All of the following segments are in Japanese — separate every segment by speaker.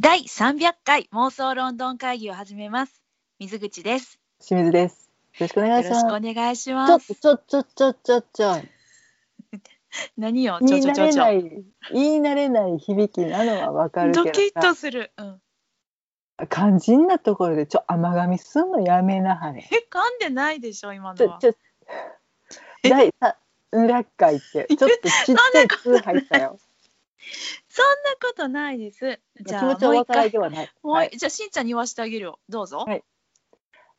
Speaker 1: 第300回妄想ロンドン会議を始めます。水口です。
Speaker 2: 清水です。よろしくお願
Speaker 1: よ
Speaker 2: い
Speaker 1: ろ
Speaker 2: し
Speaker 1: しく
Speaker 2: ま。
Speaker 1: お願いしますす。
Speaker 2: ちょちょちょちょちょちょ。
Speaker 1: 何よ、ち
Speaker 2: 言
Speaker 1: ょ
Speaker 2: い
Speaker 1: ちょ
Speaker 2: 慣
Speaker 1: ちょ
Speaker 2: れ
Speaker 1: ち
Speaker 2: な
Speaker 1: ょ。
Speaker 2: い言い慣れない響きなのはわかるけど
Speaker 1: ド
Speaker 2: さ、
Speaker 1: キッとする。うん。
Speaker 2: 肝心なところでちょ甘噛みすんのやめなはれ。
Speaker 1: え、噛んでないでしょ、今
Speaker 2: ち
Speaker 1: の
Speaker 2: ょ
Speaker 1: は。
Speaker 2: ちょ第さ0回ってちょっとちっちゃい通入ったよ。
Speaker 1: そんなことないです。 じ
Speaker 2: 気
Speaker 1: ゃ
Speaker 2: 持
Speaker 1: あ、
Speaker 2: ちは
Speaker 1: もう
Speaker 2: お
Speaker 1: 一
Speaker 2: 分から
Speaker 1: 回。
Speaker 2: ではない。
Speaker 1: もう
Speaker 2: はい、
Speaker 1: い、じゃあ、しんちゃんに言わしてあげるよ。どうぞ。
Speaker 2: はい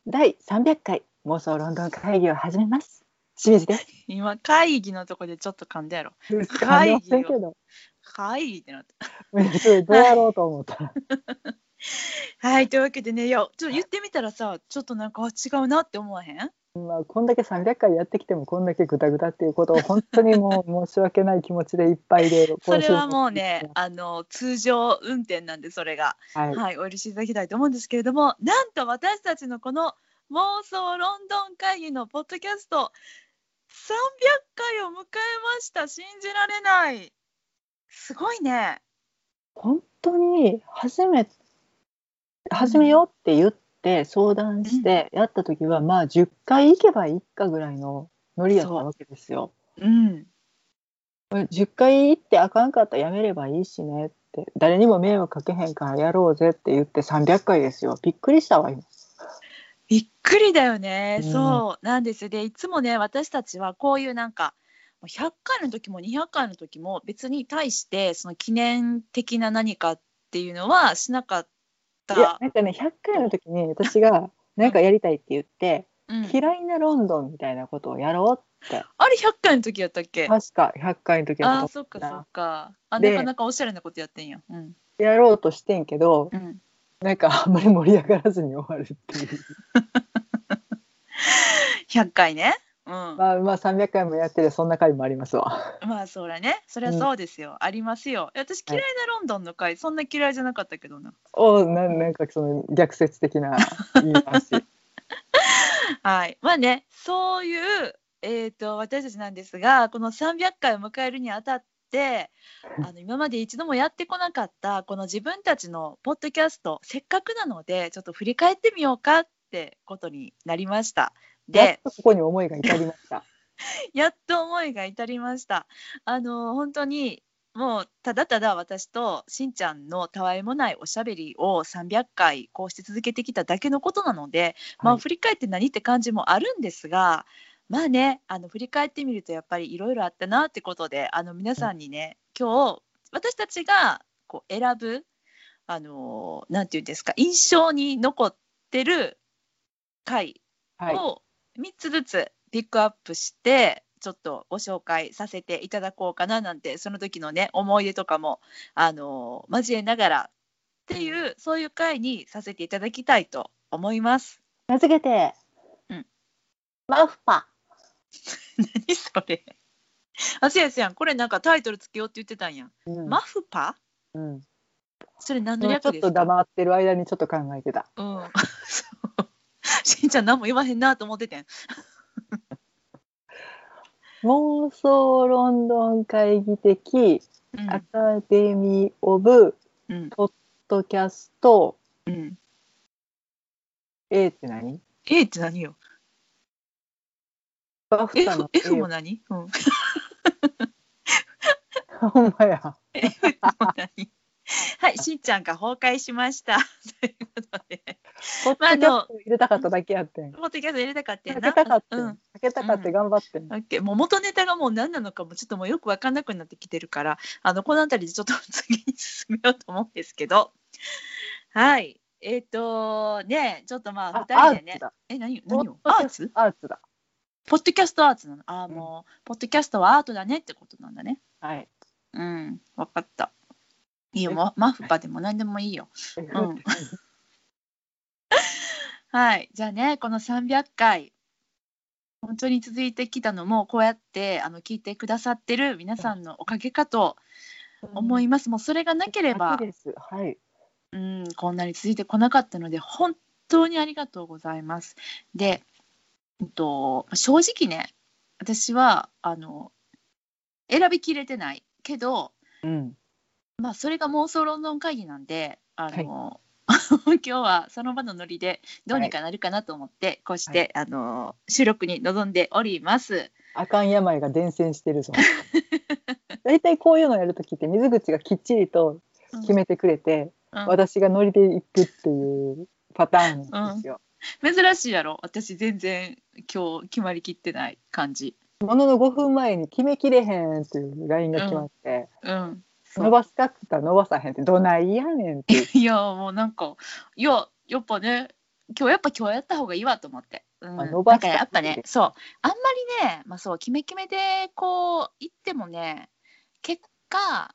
Speaker 2: 第300回妄想ロンドン会議を始めます。清水 です。
Speaker 1: 今、会議のとこでちょっと噛んだやろ。
Speaker 2: 噛んでませんけど、
Speaker 1: 会議ってなった。
Speaker 2: どうやろうと思った。
Speaker 1: はい、というわけでね、いや、ちょっと言ってみたらさ、ちょっとなんかあ違うなって思わへん
Speaker 2: まあ、こんだけ300回やってきてもこんだけグダグダっていうことを本当にもう 申し訳ない気持ちでいっぱいで
Speaker 1: それはもうね、、あの、通常運転なんで、それが。
Speaker 2: はい、
Speaker 1: はい、お許しいただきたいと思うんですけれども、なんと私たちのこの妄想ロンドン会議のポッドキャスト、300回を迎えました。信じられない。すごいね。
Speaker 2: 本当に始め始めようって言って相談してやった時は、まあ10回行けばいいかぐらいのノリやったわけですよ。
Speaker 1: うん。
Speaker 2: 10回行ってあかんかったらやめればいいしねって誰にも迷惑かけへんからやろうぜって言って300回ですよびっくりしたわ今。
Speaker 1: びっくりだよね。
Speaker 2: うん
Speaker 1: そうなんです。で、いつもね、私たちはこういうなんか、100回の時も200回の時も別に対してその記念的な何かっていうのはしなかっ
Speaker 2: いや
Speaker 1: た。
Speaker 2: なんかね100回の時に私がなんかやりたいって言って。
Speaker 1: うん、
Speaker 2: 嫌いなロンドンみたいなことをやろうって
Speaker 1: あれ100回の時やったっけ
Speaker 2: 確か100回の時
Speaker 1: あー
Speaker 2: は
Speaker 1: そっかそ
Speaker 2: な
Speaker 1: っかあ
Speaker 2: で
Speaker 1: なかなかおしゃれなことやってんやうん、
Speaker 2: やろうとしてんけど
Speaker 1: うん、
Speaker 2: なんかあんまり盛り上がらずに終わるって いう
Speaker 1: 100回ねうんま
Speaker 2: まあまあ300回もやっててそんな回もありますわ
Speaker 1: あそりゃねそりゃそうですよ、ありますよえ私
Speaker 2: はい
Speaker 1: 嫌いなロンドンの回、そんな嫌いじゃなかったけどな
Speaker 2: おななんかその逆説的 な言い回し
Speaker 1: はいまあねそういうえっ、と私たちなんですがこの300回を迎えるにあたってあの今まで一度もやってこなかったこの自分たちのポッドキャストせっかくなのでちょっと振り返ってみようかってことになりましたで、
Speaker 2: やっとここに思いが至りました
Speaker 1: やっと思いが至りました。あの本当にもうただただ私としんちゃんのたわいもないおしゃべりを300回こうして続けてきただけのことなので、まあ
Speaker 2: はい
Speaker 1: 振り返って何って感じもあるんですがまあねあの振り返ってみるとやっぱりいろいろあったなってことであの皆さんにね今日私たちがこう選ぶあのなんていうんですか印象に残ってる回
Speaker 2: はい
Speaker 1: を3つずつピックアップしてちょっとご紹介させていただこうかななんてその時のね思い出とかも、あのー交えながらっていうそういう回にさせていただきたいと思います。
Speaker 2: 名付けて、
Speaker 1: うん
Speaker 2: マフパ
Speaker 1: 何それあせやせやんこれなんかタイトルつけようって言ってたんやん。
Speaker 2: うん
Speaker 1: マフパ
Speaker 2: うん、
Speaker 1: それ何の
Speaker 2: 今ちょ
Speaker 1: 略で
Speaker 2: っ
Speaker 1: す
Speaker 2: と
Speaker 1: か
Speaker 2: 黙ってる間にちょっと考えてた
Speaker 1: うん、 そうしんちゃん何も言わへんなと思っててん。
Speaker 2: 妄想ロンドン会議的
Speaker 1: うん
Speaker 2: アカデミー・オブ・
Speaker 1: うん
Speaker 2: ポッドキャスト
Speaker 1: うん、
Speaker 2: A って何
Speaker 1: A って何よ
Speaker 2: バフタ
Speaker 1: ?F,
Speaker 2: の
Speaker 1: F も何、うん、
Speaker 2: ほんまや。
Speaker 1: はい、しんちゃんが崩壊しました。ということで、
Speaker 2: ポッドキャスト入れたかっただけやってん。
Speaker 1: ポッドキャスト入れたかってや
Speaker 2: か
Speaker 1: な。
Speaker 2: けたかってん。
Speaker 1: うん
Speaker 2: かけたかって頑張ってん。
Speaker 1: オッケーもう元ネタがもう何なのかもちょっともうよく分かんなくなってきてるからあのこの辺りでちょっと次に進めようと思うんですけどはいえっ、とねちょっとまあ
Speaker 2: あ、
Speaker 1: 2
Speaker 2: ア
Speaker 1: 人でね
Speaker 2: ーツだ。
Speaker 1: え何何を
Speaker 2: ポ
Speaker 1: ア
Speaker 2: ッ
Speaker 1: ー
Speaker 2: ドキャ
Speaker 1: ツ
Speaker 2: ストアーツだ。
Speaker 1: ポッドキャストアーツなのああもう、ポッドキャストはアートだねってことなんだね
Speaker 2: はい。
Speaker 1: うん分かったいいよもうマフパでも何でもいいよんはい、じゃあねこの300回本当に続いてきたのもこうやってあの聞いてくださってる皆さんのおかげかと 思い
Speaker 2: ま
Speaker 1: ます、もうそれがなければ、
Speaker 2: です。はい。
Speaker 1: うん、こんなに続いてこなかったので本当にありがとうございます。で、うんと、正直ね私はあの選びきれてないけど、
Speaker 2: うん。
Speaker 1: まあ、それが妄想ロンドン会議なんであの、 今日はその場のノリでどうにかなるかなと思って、こうして、あの収録に臨んでおります。
Speaker 2: あかん病が伝染してるぞ。 大体こういうのやるときって水口がきっちりと
Speaker 1: うん
Speaker 2: 決めてくれて、
Speaker 1: うん
Speaker 2: 私がノリで行くっていうパターンなんですよ。
Speaker 1: 珍しいやろ私全然今日決まりきってない感じ。
Speaker 2: ものの5分前に決めきれへんっていうラインが来まして、
Speaker 1: うん、
Speaker 2: 伸ばすかっつったら伸ばさへんってどないやねんっ ていう。
Speaker 1: いやもうなんかいややっぱね今日やっぱ今日はやった方がいいわと思って、うん、
Speaker 2: まあ伸
Speaker 1: な
Speaker 2: ば
Speaker 1: ん
Speaker 2: した
Speaker 1: かやっぱねそうあんまりね、まあ、そうキメキメでこう行ってもね結果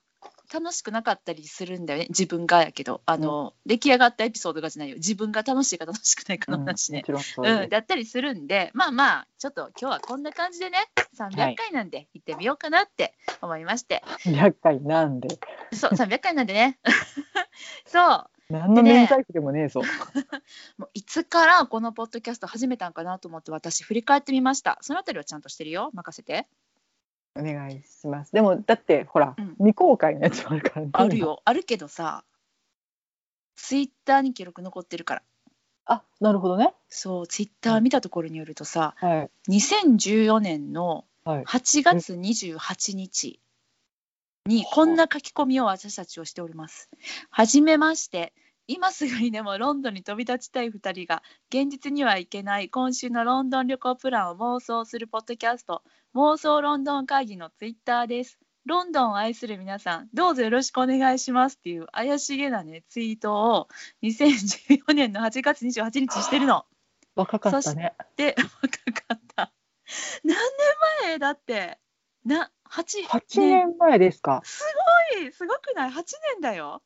Speaker 1: 楽しくなかったりするんだよね自分がやけどあの、出来上がったエピソードがじゃないよ自分が楽しいか楽しくないかの話ね
Speaker 2: も、ちろんそううです
Speaker 1: ん、だったりするんでまあまあちょっと今日はこんな感じでね
Speaker 2: はい
Speaker 1: 300回なんで行ってみようかなって思いまして、
Speaker 2: 厄介なんで
Speaker 1: そう300回なんでね そう
Speaker 2: 何の免罪符でもねえぞ。
Speaker 1: もういつからこのポッドキャスト始めたんかなと思って私振り返ってみましたそのあたりはちゃんとしてるよ任せて
Speaker 2: お願いします。でもだってほら、
Speaker 1: うん
Speaker 2: 未公開のやつもあるからね。
Speaker 1: ある。よあるけどさツイッターに記録残ってるから
Speaker 2: あなるほどね。
Speaker 1: そうツイッター見たところによるとさ
Speaker 2: はい
Speaker 1: 2014年の
Speaker 2: はい。
Speaker 1: 8月28日にこんな書き込みを私たちをしております。はじめまして今すぐにでもロンドンに飛び立ちたい2人が現実には行けない今週のロンドン旅行プランを妄想するポッドキャスト妄想ロンドン会議のツイッターです。ロンドンを愛する皆さんどうぞよろしくお願いしますっていう怪しげなねツイートを2014年の8月28日にしてるの。
Speaker 2: 若かったね。
Speaker 1: で若かった何年前だってな8
Speaker 2: 8年前ですか。
Speaker 1: 年すごくない8年だよ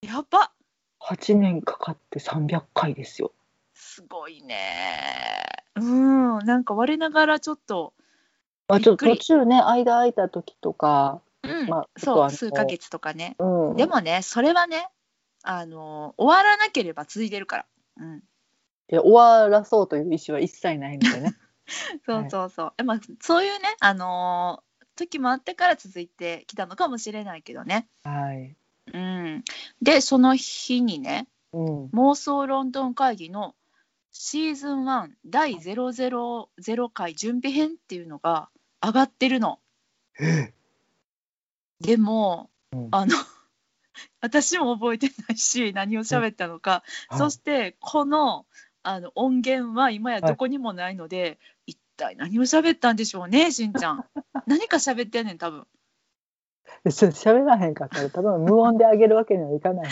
Speaker 1: やば
Speaker 2: 8年かかって300回ですよ。
Speaker 1: すごいねうんなんか我ながらちょっと、
Speaker 2: まあちょっと
Speaker 1: びっくり
Speaker 2: 途中ね間空いた時とか、
Speaker 1: うん
Speaker 2: まあちょっと
Speaker 1: そ
Speaker 2: あ
Speaker 1: う
Speaker 2: の
Speaker 1: 数ヶ月とかね
Speaker 2: うん、
Speaker 1: でもねそれはねあの終わらなければ続いてるから、うん、
Speaker 2: いや終わらそうという意思は一切ないの でね。
Speaker 1: そうそうそう、えまあ、そういうねあの時もあったから続いてきたのかもしれないけどね、
Speaker 2: はい。
Speaker 1: うん、でその日にね
Speaker 2: うん。
Speaker 1: 妄想ロンドン会議のシーズン1第000回準備編っていうのが上がってるの。でも、
Speaker 2: うん
Speaker 1: あの 私も覚えてないし何を喋ったのか、そしてこのあの音源は今やどこにもないので、一体何を喋ったんでしょうねしんちゃん何か喋ってんねん多分
Speaker 2: ちょっと喋らへんかったら多分無音であげるわけには いかない。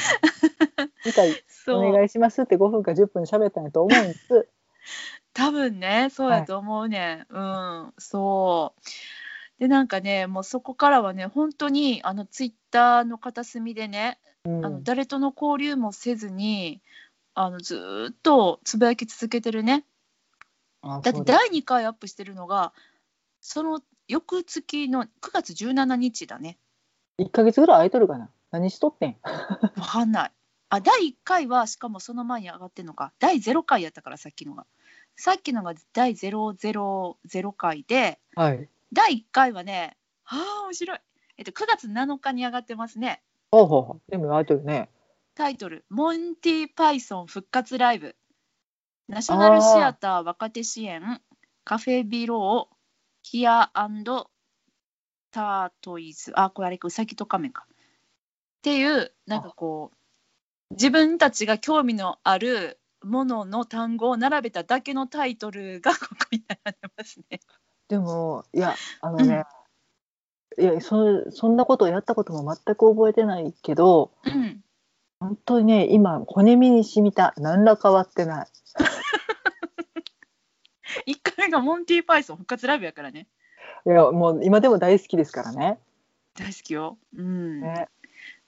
Speaker 2: 次回
Speaker 1: そう
Speaker 2: お願いしますって5分か10分喋ったんやと思うんです。
Speaker 1: 多分ねそうやと思うね、んうんそうでなんかねもうそこからはね本当にあのツイッターの片隅でね、
Speaker 2: うん
Speaker 1: あの誰との交流もせずにあのずーっとつぶやき続けてるね
Speaker 2: あ
Speaker 1: だって
Speaker 2: そうだ
Speaker 1: 第2回アップしてるのがその翌月の9月17日だ ね
Speaker 2: 一ヶ月ぐらい空いとるかな。何しとってん。
Speaker 1: わかんないあ第1回はしかもその前に上がってるのか第0回やったからさっきのがさっきのが第000回で
Speaker 2: はい。
Speaker 1: 第1回はね、ああ、面白い。えっと、9月7日に上がってますね。
Speaker 2: ほうほうほう。でも空いとるね。
Speaker 1: タイトル、モンティ・パイソン復活ライブ。ナショナルシアター若手支援、カフェビロー、ヒアタートイズ。あ、これあれか、ウサギとカメか。っていう、なんかこう、自分たちが興味のあるものの単語を並べただけのタイトルがここに並んでますね。
Speaker 2: でもいやあのね、いやそそんなことをやったことも全く覚えてないけど
Speaker 1: うん。
Speaker 2: 本当にね今骨身に染みた何ら変わってない
Speaker 1: 1回目がモンティ・パイソン復活ライブやからね。
Speaker 2: いやもう今でも大好きですからね。
Speaker 1: 大好きよ。うん、
Speaker 2: ね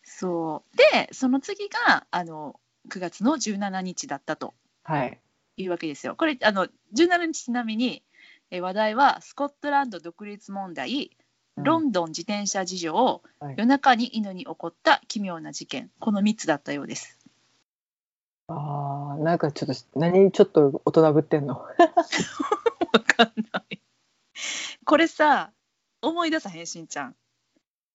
Speaker 1: そうでその次があの9月の17日だったと
Speaker 2: はい
Speaker 1: いうわけですよ。これあの17日ちなみにえー話題はスコットランド独立問題、ロンドン自転車事情、
Speaker 2: はい
Speaker 1: 夜中に犬に起こった奇妙な事件この3つだったようです。
Speaker 2: あーなんかちょっと何ちょっと大人ぶってんの
Speaker 1: わかんない。これさ思い出さへんしんちゃん。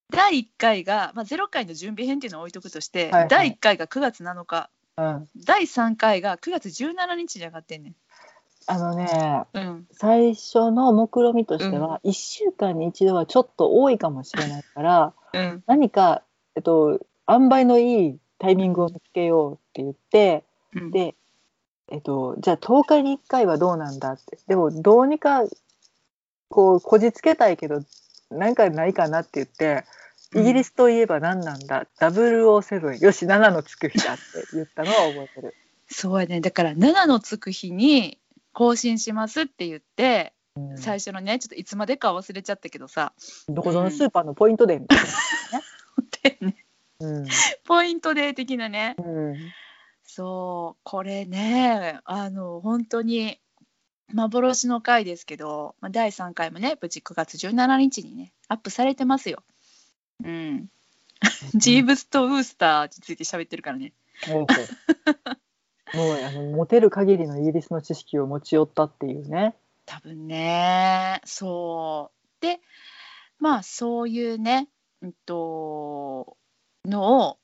Speaker 1: 第1回が、まあ、0回の準備編っていうのを置いとくとして、
Speaker 2: はいはい
Speaker 1: 第1回が9月7日
Speaker 2: うん、
Speaker 1: 第3回が9月17日に上がってんねん。
Speaker 2: あのね
Speaker 1: うん、
Speaker 2: 最初の目論見みとしては、1週間に一度はちょっと多いかもしれないから
Speaker 1: うん、
Speaker 2: 何か、えっと、塩梅のいいタイミングを見つけようって言って
Speaker 1: うん
Speaker 2: で、えっと、じゃあ10日に1回はどうなんだってでもどうにかこうこじつけたいけど何かないかなって言ってイギリスといえば何なんだ、007よし7のつく日だって言ったのは覚えてる。
Speaker 1: そうやねだから7のつく日に更新しますって言って
Speaker 2: うん
Speaker 1: 最初のねちょっといつまでか忘れちゃったけどさ
Speaker 2: どこぞのスーパーのポイントでみたい
Speaker 1: でね
Speaker 2: な。うん
Speaker 1: ポイントデー的なね
Speaker 2: うん
Speaker 1: そうこれねあの本当に幻の回ですけど、まあ、第3回もね無事9月17日にねアップされてますよ。うん、ジーブスとウースターについて喋ってるからね。
Speaker 2: もうこうもうあの持てる限りのイギリスの知識を持ち寄ったっていうね。
Speaker 1: 多分ねそうでまあそういうね、うんと、のを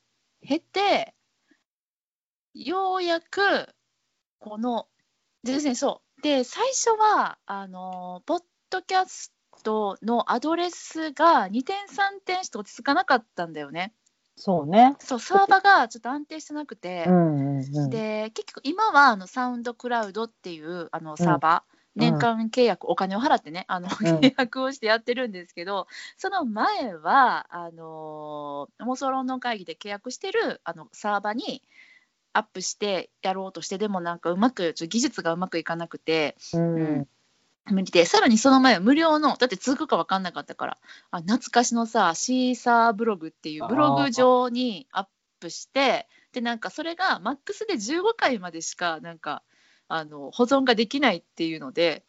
Speaker 1: 経てようやくこのですねそうで最初はあのポッドキャストのアドレスが2点3点して落ち着かなかったんだよね
Speaker 2: そうね。
Speaker 1: そうサーバーがちょっと安定してなくて、
Speaker 2: うんうんうん。
Speaker 1: で結局今はあのサウンドクラウドっていうあのサーバー、
Speaker 2: うん
Speaker 1: 年間契約、お金を払ってねあの、契約をしてやってるんですけどその前はあのー妄想論の会議で契約してるあのサーバーにアップしてやろうとしてでもなんかうまくちょっと技術がうまくいかなくて
Speaker 2: うん
Speaker 1: うん無理でさらにその前は無料のだって続くか分かんなかったからあ懐かしのさシーサーブログっていうブログ上にアップしてでなんかそれがマックスで15回までしかなんかあの保存ができないっていうので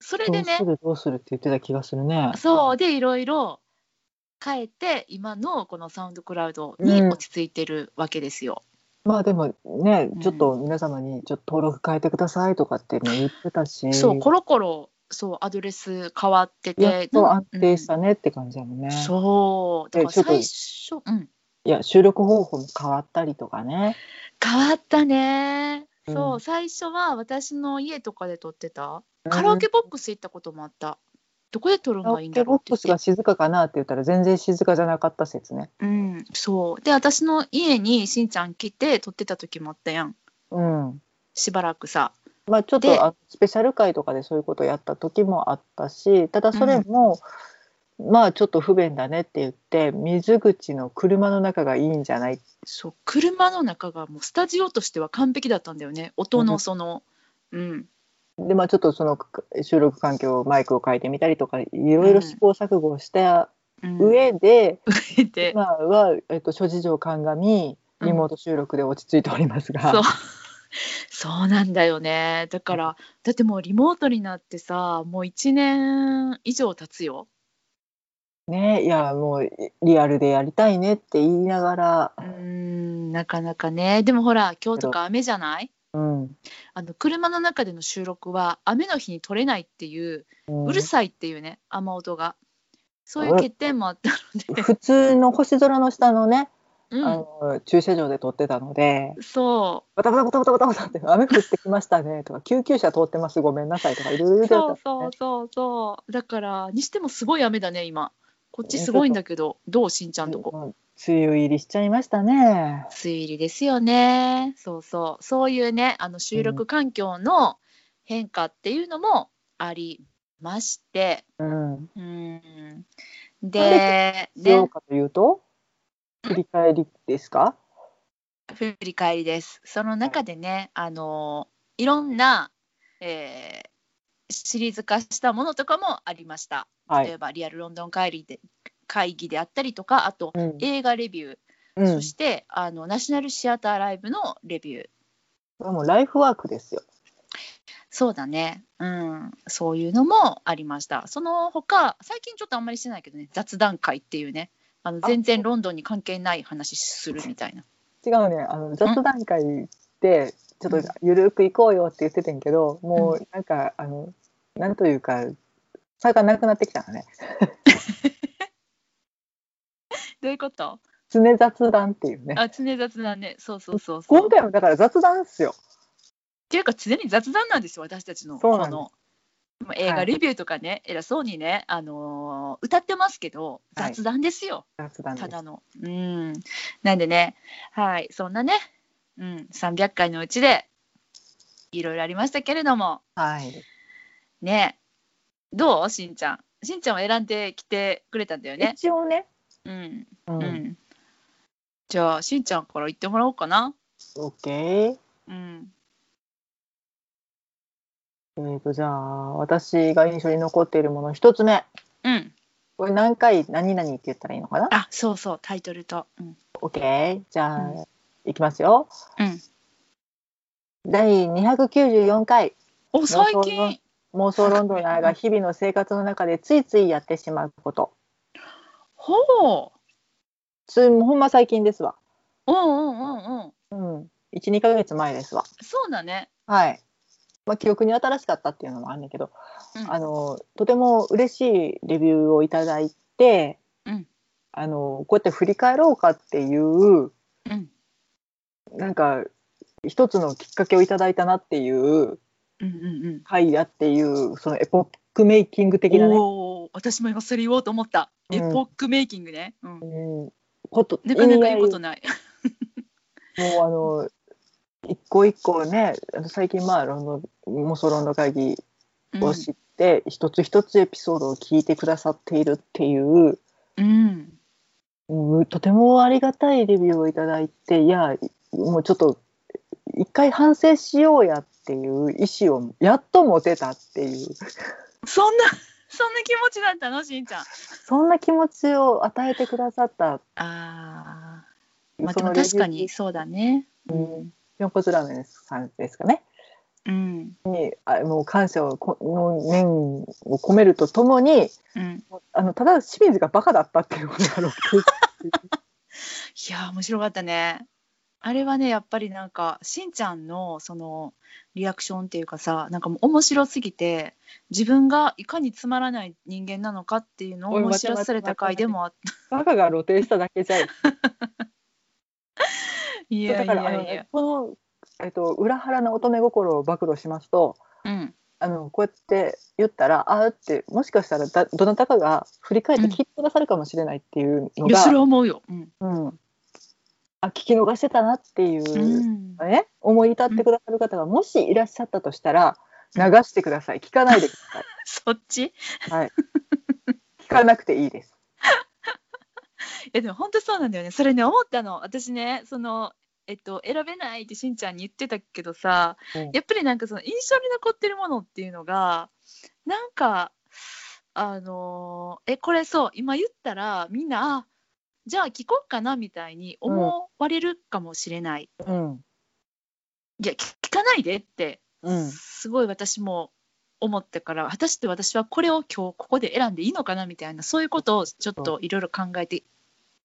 Speaker 1: それ
Speaker 2: ど
Speaker 1: で
Speaker 2: う
Speaker 1: ね
Speaker 2: するどうするって言ってた気がするね。
Speaker 1: そうでいろいろ変えて今のこのサウンドクラウドに落ち着いてるわけですよ。
Speaker 2: まあでもね
Speaker 1: うん
Speaker 2: ちょっと皆様にちょっと登録変えてくださいとかっても言ってたし。
Speaker 1: そうコロコロそうアドレス変わってて
Speaker 2: やっと安定し
Speaker 1: うん
Speaker 2: たねって感じだもんね。
Speaker 1: そうだ
Speaker 2: で
Speaker 1: から
Speaker 2: ちょっと
Speaker 1: 最初、うん、
Speaker 2: いや収録方法も変わったりとかね。
Speaker 1: 変わったね
Speaker 2: うん
Speaker 1: そう、最初は私の家とかで撮ってたカラオケボックス行ったこともあったどこで撮る
Speaker 2: う
Speaker 1: の
Speaker 2: んカラオ
Speaker 1: がいいんだ
Speaker 2: ケ
Speaker 1: ろ
Speaker 2: ボ
Speaker 1: うっ
Speaker 2: ッ
Speaker 1: て言
Speaker 2: ク
Speaker 1: っ
Speaker 2: スが
Speaker 1: て
Speaker 2: 静かかなって言ったら全然静かじゃなかった説ね。
Speaker 1: うんそうで私の家にしんちゃん来て撮ってた時もあったやん
Speaker 2: うん。
Speaker 1: しばらくさ
Speaker 2: まあ、ちょっ
Speaker 1: で
Speaker 2: とあのスペシャル会とかでそういうことをやった時もあったしただそれも、まあちょっと不便だねって言って水口の車の中がいいんじゃない
Speaker 1: そう車の中がもうスタジオとしては完璧だったんだよね音
Speaker 2: うん
Speaker 1: のそのうん
Speaker 2: でまあちょっとそのか収録環境マイクを変えてみたりとかいろいろ試行錯誤した
Speaker 1: うん、
Speaker 2: 上で、
Speaker 1: 上で
Speaker 2: 今は、えっと、諸事情鑑み
Speaker 1: うん
Speaker 2: リモート収録で落ち着いておりますが、
Speaker 1: そうそうなんだよねだからだってもうリモートになってさもう1年以上経つよ
Speaker 2: ねいやもうリアルでやりたいねって言いながら
Speaker 1: うー、んなかなかねでもほら今日とか雨じゃない
Speaker 2: うん
Speaker 1: あの車の中での収録は雨の日に撮れないっていう、
Speaker 2: う
Speaker 1: うんるさいっていうね雨音がそういう欠点もあったの で、
Speaker 2: 普通の星空の下のね
Speaker 1: う
Speaker 2: あ
Speaker 1: ん、
Speaker 2: の駐車場で撮ってたので
Speaker 1: そ
Speaker 2: 「バタバタバタバタバタバタ」って「雨降ってきましたね」とか「救急車通ってますごめんなさい」とかいろいろ
Speaker 1: う
Speaker 2: 言ってた
Speaker 1: そ
Speaker 2: の
Speaker 1: うそう
Speaker 2: ね
Speaker 1: そうそうだからにしてもすごい雨だね今こっちすごいんだけどどうしんちゃんとこ
Speaker 2: もう梅雨入りしちゃいましたね。
Speaker 1: 梅雨入りですよねそうそうそういうねあの収録環境の変化っていうのもありまして、
Speaker 2: うん、
Speaker 1: うんで、
Speaker 2: ど
Speaker 1: で
Speaker 2: う、かというと振り返りですか、
Speaker 1: 振り返りです。その中でね、あのいろんな、えーシリーズ化したものとかもありました。
Speaker 2: は
Speaker 1: 例え
Speaker 2: い、
Speaker 1: ば、リアルロンドン会議で会議であったりとか、あと、
Speaker 2: うん
Speaker 1: 映画レビュー、
Speaker 2: うん、
Speaker 1: そしてあのナショナルシアターライブのレビュー。
Speaker 2: もうライフワークですよ。
Speaker 1: そうだね、うん、そういうのもありました。その他、最近ちょっとあんまりしてないけどね、雑談会っていうね、あの
Speaker 2: あ
Speaker 1: 全然ロンドンに関係ない話するみたいな。
Speaker 2: 違うねあの雑談会でちょっとゆるく行こうよって言っててんけどもうなんかあのなんというか差がなくなってきたのね。
Speaker 1: どういうこと
Speaker 2: 常雑談っていうね。
Speaker 1: あ常雑談ねそうそうそうそう
Speaker 2: 今回はだから雑談ですよ。
Speaker 1: っていうか常に雑談なんですよ私たちの
Speaker 2: そうなんです
Speaker 1: このでも映画レビューとかね、偉そうにね、あのー歌ってますけど
Speaker 2: はい
Speaker 1: 雑談ですよ、
Speaker 2: 雑談で
Speaker 1: た
Speaker 2: す。
Speaker 1: だのうんなんでねはいそんなね、うん、300回のうちでいろいろありましたけれども
Speaker 2: はい。
Speaker 1: ねどうしんちゃんしんちゃんを選んできてくれたんだよね
Speaker 2: 一応ね。
Speaker 1: うん
Speaker 2: う。
Speaker 1: うんんじゃあしんちゃんから言ってもらおうかな
Speaker 2: オッケー。
Speaker 1: うん
Speaker 2: えー、とじゃあ私が印象に残っているもの一つ目
Speaker 1: うん
Speaker 2: これ何回何々って言ったらいいのかな
Speaker 1: あそうそうタイトルとうん
Speaker 2: ?OK じゃあ、
Speaker 1: う
Speaker 2: いきますよ
Speaker 1: うん
Speaker 2: 第294回
Speaker 1: お最
Speaker 2: 妄想の
Speaker 1: 近
Speaker 2: 妄想ロンドナーが日々の生活の中でついついやってしまうこと
Speaker 1: ほう
Speaker 2: つもうほんま最近ですわ
Speaker 1: うんうんうんうん
Speaker 2: うん12ヶ月前ですわ
Speaker 1: そうだね
Speaker 2: はい、まあ、記憶に新しかったっていうのもあるんだけど、
Speaker 1: うん
Speaker 2: あのとても嬉しいレビューをいただいて、
Speaker 1: うん
Speaker 2: あのこうやって振り返ろうかっていう
Speaker 1: うん
Speaker 2: なんか一つのきっかけをいただいたなっていう
Speaker 1: うんうんうん
Speaker 2: 回だっていうそのエポックメイキング的なね、
Speaker 1: おお私も今それ言おうと思った、
Speaker 2: うん
Speaker 1: エポックメイキングね、うん、
Speaker 2: うん、こと
Speaker 1: なかなかいいこ
Speaker 2: 意
Speaker 1: とない
Speaker 2: 味合いもうあの一個一個ねあの最近まあロンドンモソロンド会議
Speaker 1: うん
Speaker 2: を知って、一つ一つエピソードを聞いてくださっているっていう
Speaker 1: うん
Speaker 2: うんとてもありがたいレビューをいただいていやもうちょっと一回反省しようやっていう意思をやっと持てたっていう
Speaker 1: そんなそんな気持ちだったのしんちゃん
Speaker 2: そんな気持ちを与えてくださった
Speaker 1: あーまあ
Speaker 2: そ
Speaker 1: で
Speaker 2: の
Speaker 1: も
Speaker 2: レビュー
Speaker 1: 確かにそうだね
Speaker 2: うん横面のさんですかね
Speaker 1: うん
Speaker 2: にあもう感謝をこの念を込めるとともに
Speaker 1: うん
Speaker 2: あのただ清水がバカだったっていうことだ ろう
Speaker 1: いやー面白かったねあれはねやっぱりなんかしんちゃんのそのリアクションっていうかさなんかもう面白すぎて自分がいかにつまらない人間なのかっていうのを
Speaker 2: おい
Speaker 1: 思い知らされた回でもあった
Speaker 2: バカが露呈しただけじゃい
Speaker 1: い
Speaker 2: だからあのねこの、えっと、裏腹の乙女心を暴露しますと
Speaker 1: うん、
Speaker 2: あのこうやって言ったらああってもしかしたらだどなたかが振り返って聞いてくださるかもしれないっていうの
Speaker 1: いや
Speaker 2: が、
Speaker 1: それは思うよ。うん。
Speaker 2: うんあ聞き逃してたなっていう。
Speaker 1: うん、
Speaker 2: ね、思い至ってくださる方がもしいらっしゃったとしたら流してください聞かないでください
Speaker 1: そっち？い
Speaker 2: 聞かなくていいです
Speaker 1: やでも本当そうなんだよね。それね思ったの。私ねそのえっと選べないってしんちゃんに言ってたけどさ、
Speaker 2: うん
Speaker 1: やっぱりなんかその印象に残ってるものっていうのがなんかあのーえこれそう今言ったらみんなあじゃあ聞こうかなみたいに思われるかもしれない。
Speaker 2: うん
Speaker 1: いや聞かないでって
Speaker 2: うん
Speaker 1: すごい私も思ったから果たして私はこれを今日ここで選んでいいのかなみたいなそういうことをちょっといろいろ考えて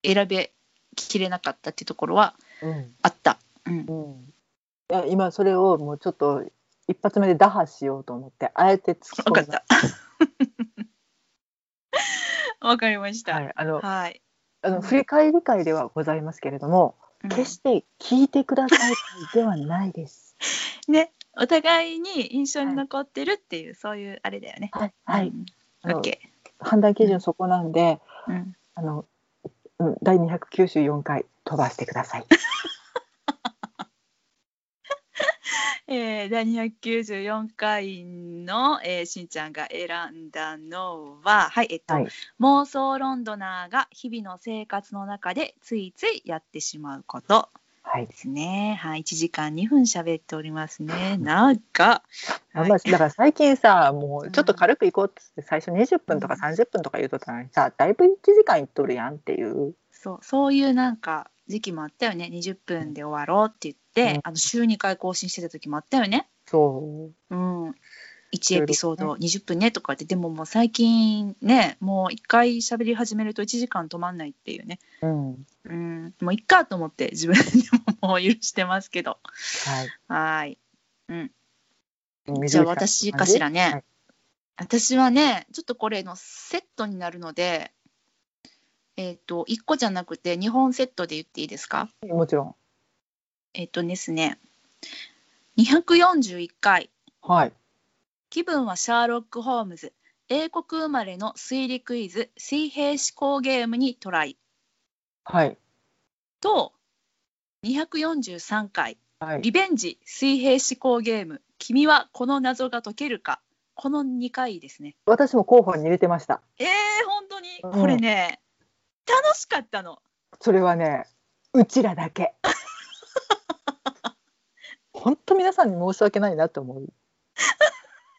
Speaker 1: 選べきれなかったっていうところは
Speaker 2: うん
Speaker 1: あった。うん
Speaker 2: うんいや今それをもうちょっと一発目で打破しようと思ってあえて突
Speaker 1: わ
Speaker 2: っ込
Speaker 1: か
Speaker 2: ん
Speaker 1: っ
Speaker 2: だ
Speaker 1: た。 わかりました。
Speaker 2: は
Speaker 1: はい。
Speaker 2: い、あのあの振り返り会ではございますけれども、
Speaker 1: うん
Speaker 2: 決して聞いてくださいではないです。
Speaker 1: ね、お互いに印象に残ってるっていう、そういうあれだよね。
Speaker 2: はい、はい、
Speaker 1: うん。
Speaker 2: あの
Speaker 1: OK。
Speaker 2: 判断基準そこなんで、
Speaker 1: うん。
Speaker 2: あのうん第294回飛ばしてください。
Speaker 1: えー、第294回の、えーしんちゃんが選んだのは、はい、えっと、
Speaker 2: はい、
Speaker 1: 妄想ロンドナーが日々の生活の中でついついやってしまうこと
Speaker 2: はい
Speaker 1: で、すね。はい、1時間2分喋っております ね。なんか、
Speaker 2: あ
Speaker 1: はい
Speaker 2: んまりだから最近さもうちょっと
Speaker 1: うん
Speaker 2: 軽く行こうっつって最初20分とか30分とか言うとったのにさだいぶ1時間いっとるやんっていう
Speaker 1: そうそういうなんか時期もあったよね。20分で終わろうって言って、
Speaker 2: うん
Speaker 1: あの週2回更新してた時もあったよね。
Speaker 2: そう
Speaker 1: うん。1エピソード20分ねとかって、でももう最近ね、もう1回喋り始めると1時間止まんないっていうね。
Speaker 2: うんは
Speaker 1: うん、もういっかと思って自分でももう許してますけど。はい。
Speaker 2: い
Speaker 1: じゃあ私かしらね、
Speaker 2: はい
Speaker 1: 私はねちょっとこれのセットになるのでえっと1個じゃなくて2本セットで言っていいですか
Speaker 2: もちろん。
Speaker 1: えっとですね241回
Speaker 2: はい。
Speaker 1: 「気分はシャーロック・ホームズ英国生まれの推理クイズ水平思考ゲームにトライ
Speaker 2: はい。」
Speaker 1: と243回
Speaker 2: はい。
Speaker 1: リベンジ水平思考ゲーム「君はこの謎が解けるか」この2回ですね。
Speaker 2: 私も候補に入れてました。
Speaker 1: えー、本当に
Speaker 2: うん
Speaker 1: これね、楽しかったの。
Speaker 2: それはね、うちら だけ。本当皆さんに申し訳ないなと思う。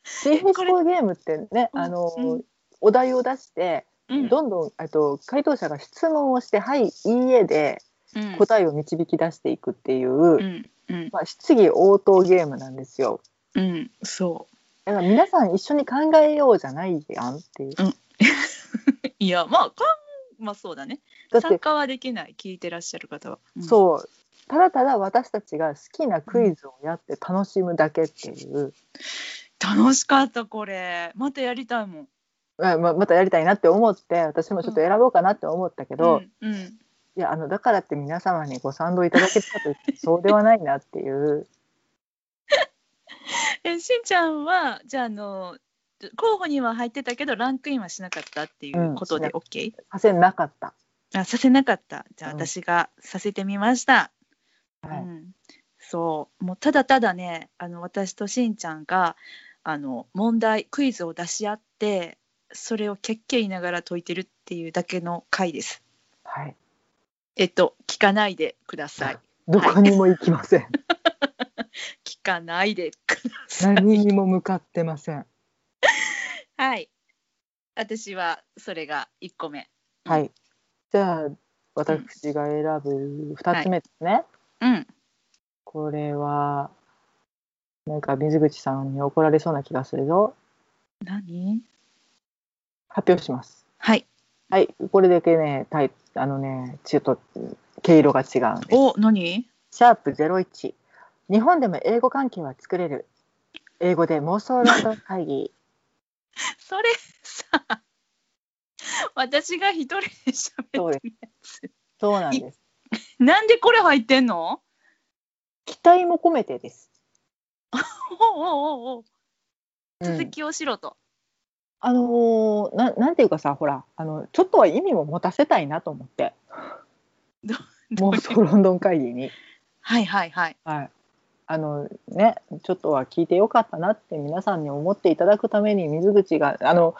Speaker 2: 水平思考ゲームってね、
Speaker 1: うん
Speaker 2: あの、
Speaker 1: うん
Speaker 2: お題を出して、
Speaker 1: うん
Speaker 2: どんどんえっと回答者が質問をして「はい」「いいえ」で
Speaker 1: うん
Speaker 2: 答えを導き出していくっていう、
Speaker 1: うんうん
Speaker 2: まあ、質疑応答ゲームなんですよ。
Speaker 1: うんそ
Speaker 2: だから皆さん一緒に考えようじゃないやんっていう。
Speaker 1: ういやまあかんまあそうだね
Speaker 2: だって
Speaker 1: 参加はできない聞いてらっしゃる方は、う
Speaker 2: そうただただ私たちが好きなクイズをやって楽しむだけっていう、
Speaker 1: ん楽しかったこれまたやりたいもん
Speaker 2: まあまあまたやりたいなって思って私もちょっと選ぼうかなって思ったけど、
Speaker 1: うんうん
Speaker 2: いやあのだからって皆様にご賛同いただけたかというとそうではないなっていう
Speaker 1: えしんちゃんはじゃああの候補には入ってたけどランクインはしなかったっていうことで
Speaker 2: うん
Speaker 1: OK、
Speaker 2: させなかった。
Speaker 1: あさせなかったじゃあ
Speaker 2: うん
Speaker 1: 私がさせてみました、う
Speaker 2: はい
Speaker 1: んそうもうただただねあの私としんちゃんがあの問題クイズを出し合ってそれをけっけ言いながら解いてるっていうだけの回です
Speaker 2: はい、
Speaker 1: えっと聞かないでください
Speaker 2: どこにも行きません、
Speaker 1: 聞かないでください
Speaker 2: 何にも向かってません。
Speaker 1: はい私はそれが1個目
Speaker 2: はい。じゃあ私が選ぶ二つ目ですね。
Speaker 1: うん
Speaker 2: これはなんか水口さんに怒られそうな気がするぞ。
Speaker 1: 何
Speaker 2: 発表します。
Speaker 1: はい
Speaker 2: はい、これだけね、タイあのね、ちょっと毛色が違うんです。
Speaker 1: お何
Speaker 2: シャープゼロ一。日本でも英語関係は作れる。英語で妄想ランド会議。
Speaker 1: それさ私が一人で喋ってるやつ
Speaker 2: そうなんです。
Speaker 1: なんでこれ入ってんの
Speaker 2: 期待も込めてです。
Speaker 1: おうおうおうおう
Speaker 2: うん
Speaker 1: 続きをしろと、
Speaker 2: あのーななんていうかさ、ほら、あのちょっとは意味も持たせたいなと思って、
Speaker 1: どう
Speaker 2: 妄
Speaker 1: いう
Speaker 2: 想ロンドン会議に。
Speaker 1: はいはいはい
Speaker 2: はい。あのね、ちょっとは聞いてよかったなって皆さんに思っていただくために水口があの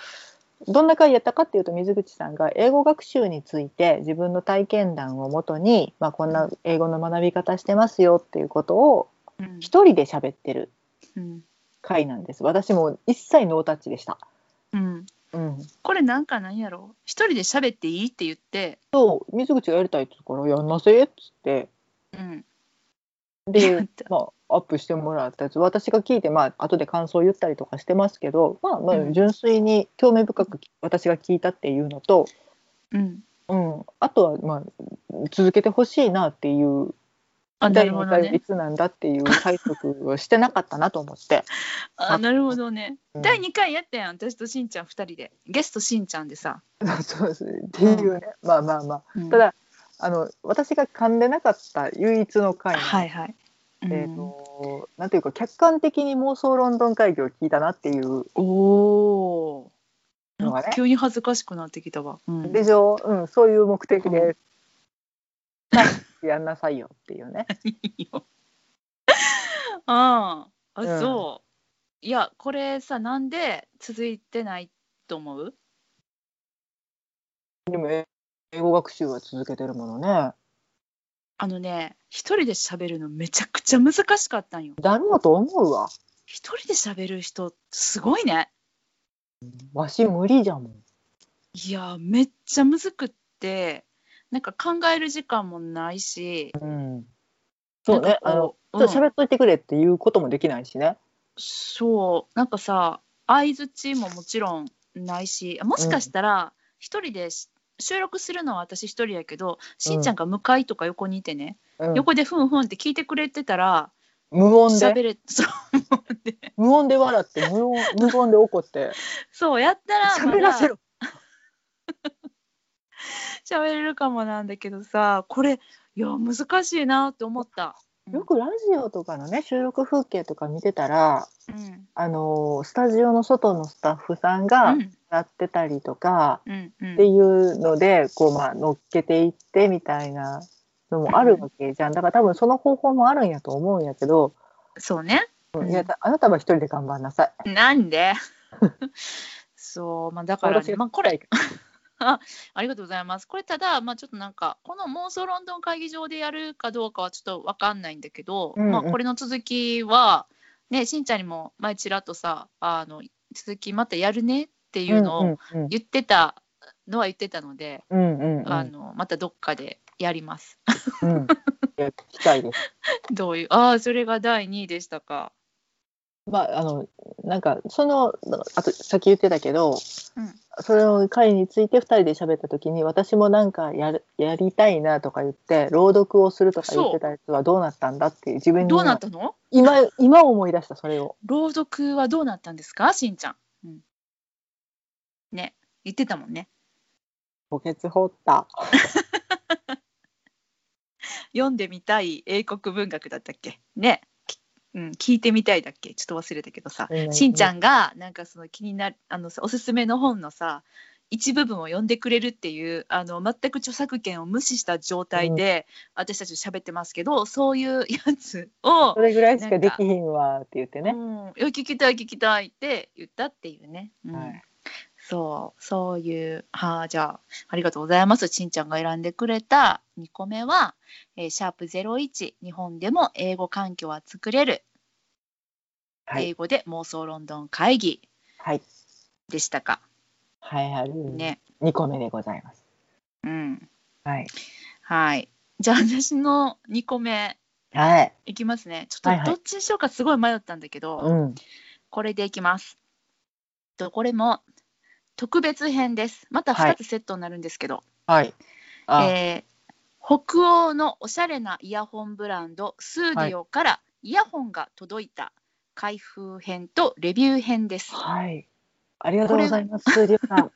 Speaker 2: どんな回やったかっていうと水口さんが英語学習について自分の体験談をもとに、まあ、こんな英語の学び方してますよっていうことを
Speaker 1: うん
Speaker 2: 一人で喋ってる
Speaker 1: うん
Speaker 2: 回なんです私も一切ノータッチでした、
Speaker 1: うん
Speaker 2: うん、
Speaker 1: これなんか何やろ一人で喋っていいって言って
Speaker 2: そう水口がやりたいって言うから「やんなせ」っつって
Speaker 1: うんやっ
Speaker 2: で
Speaker 1: た、
Speaker 2: まあ、アップしてもらったやつ私が聞いて、まあ後で感想を言ったりとかしてますけど、まあ、ま
Speaker 1: うん
Speaker 2: あ純粋に興味深く私が聞いたっていうのと、
Speaker 1: うん
Speaker 2: うん、あとは、まあ、続けてほしいなっていう
Speaker 1: あな
Speaker 2: 第
Speaker 1: るほ
Speaker 2: 2
Speaker 1: ど
Speaker 2: 回はい
Speaker 1: ね
Speaker 2: つなんだっていう催促をしてなかったなと思 って、
Speaker 1: あなるほどね、
Speaker 2: うん
Speaker 1: 第2回やったやん私としんちゃん2人でゲストしんちゃんでさ、
Speaker 2: そうですねっていうね、まあまあまあ
Speaker 1: うん
Speaker 2: ただあの私が噛んでなかった唯一の回
Speaker 1: は
Speaker 2: ないんで
Speaker 1: はい、
Speaker 2: え
Speaker 1: う
Speaker 2: ー
Speaker 1: ん
Speaker 2: となんていうか客観的に妄想ロンドン会議を聞いたなっていう
Speaker 1: おお、
Speaker 2: のがね
Speaker 1: 急に恥ずかしくなってきたわ、うん
Speaker 2: でしょ、うん、そういう目的
Speaker 1: う
Speaker 2: で、やんなさいよっていうね。
Speaker 1: いいよ。ああ、
Speaker 2: うん
Speaker 1: そう。いや、これさ、なんで続いてないと思う
Speaker 2: でも英語学習は続けてるものね。
Speaker 1: あのね、一人で喋るのめちゃくちゃ難しかったんよ。
Speaker 2: だろうと思うわ。
Speaker 1: 一人で喋る人、すごいね。
Speaker 2: わし無理じゃもん。
Speaker 1: いや、めっちゃむずくって、なんか考える時間もないし、
Speaker 2: うん。そうね。あの、ちょ
Speaker 1: の
Speaker 2: っと喋っといてくれっていうこともできないしね。
Speaker 1: そうなんかさ相づちももちろんないしもしかしたら一人でし、収録するのは私一人やけどしんちゃんが向かいとか横にいてね、
Speaker 2: うん
Speaker 1: 横でふんふんって聞いてくれてたら
Speaker 2: 無音で
Speaker 1: 喋れそう
Speaker 2: 無音で笑って無音無音で怒って
Speaker 1: そうやったらま
Speaker 2: 喋らせ
Speaker 1: だ
Speaker 2: ろ。
Speaker 1: 喋れるかもなんだけどさこれいや難しいなって思った。うん
Speaker 2: よ、くラジオとかのね収録風景とか見てたら
Speaker 1: うん
Speaker 2: あのスタジオの外のスタッフさんが
Speaker 1: うん
Speaker 2: やってたりとか、
Speaker 1: うんうん
Speaker 2: っていうのでこうまあ乗っけていってみたいなのもあるわけじゃんだから多分その方法もあるんやと思うんやけど、
Speaker 1: そうね。
Speaker 2: いやあなたは一人で頑張んなさい。
Speaker 1: なんで そう、まあ、だから、ね、
Speaker 2: 私が
Speaker 1: まあ、これ、ありがとうございます。これ、ただ、まあ、ちょっとなんか、この妄想ロンドン会議場でやるかどうかはちょっとわかんないんだけど、
Speaker 2: うんうん
Speaker 1: まあ、これの続きは、ね、しんちゃんにも前、ちらっとさ、あの、続きまたやるねっていうのを
Speaker 2: うんうん
Speaker 1: 言ってたのは言ってたので、
Speaker 2: うんうん
Speaker 1: あの、またどっかでやります。
Speaker 2: うんうんいや聞きたいです。
Speaker 1: どういう、ああ、それが第2位でしたか。
Speaker 2: まああのなんかそのあとさっき言ってたけど、
Speaker 1: うん
Speaker 2: その会について2人で喋った時に私もなんかやるやりたいなとか言って朗読をするとか言ってたやつはどうなったんだっていう自分に
Speaker 1: どうな
Speaker 2: 今
Speaker 1: ったの
Speaker 2: 今今思い出したそれを。
Speaker 1: 朗読はどうなったんですかしんちゃん、うん、ね言ってたもんね
Speaker 2: 補欠掘った。
Speaker 1: 読んでみたい英国文学だったっけねきうん、聞いてみたいだっけちょっと忘れたけどさ、
Speaker 2: うん
Speaker 1: しんちゃんがなんかその気になるあのさおすすめの本のさ一部分を読んでくれるっていうあの全く著作権を無視した状態で、私たち喋ってますけどそういうやつを
Speaker 2: それぐらいしかできひんわって言ってね。
Speaker 1: うん、いや聞きたい聞きたいって言ったっていうね、うん
Speaker 2: はい
Speaker 1: そうそういうはあじゃあありがとうございますしんちゃんが選んでくれた2個目は「えーシャープ #01 日本でも英語環境は作れる、
Speaker 2: はい
Speaker 1: 英語で妄想ロンドン会議
Speaker 2: はい」
Speaker 1: でしたか
Speaker 2: はいはい。ね、
Speaker 1: ね。
Speaker 2: 2個目でございます。
Speaker 1: うん、
Speaker 2: はい
Speaker 1: はいじゃあ私の2個目
Speaker 2: はい。
Speaker 1: いきますねちょ
Speaker 2: は
Speaker 1: っ
Speaker 2: いは
Speaker 1: と
Speaker 2: い
Speaker 1: どっちにしようかすごい迷ったんだけど、
Speaker 2: うん。
Speaker 1: これでいきます。とこれも特別編です。また
Speaker 2: は
Speaker 1: 2
Speaker 2: い
Speaker 1: つセットになるんですけど、
Speaker 2: はい。あ、
Speaker 1: えー北欧のおしゃれなイヤホンブランドスーディオからイヤホンが届いた開封編とレビュー編です。
Speaker 2: はい。ありがとうございます。スーディオさん。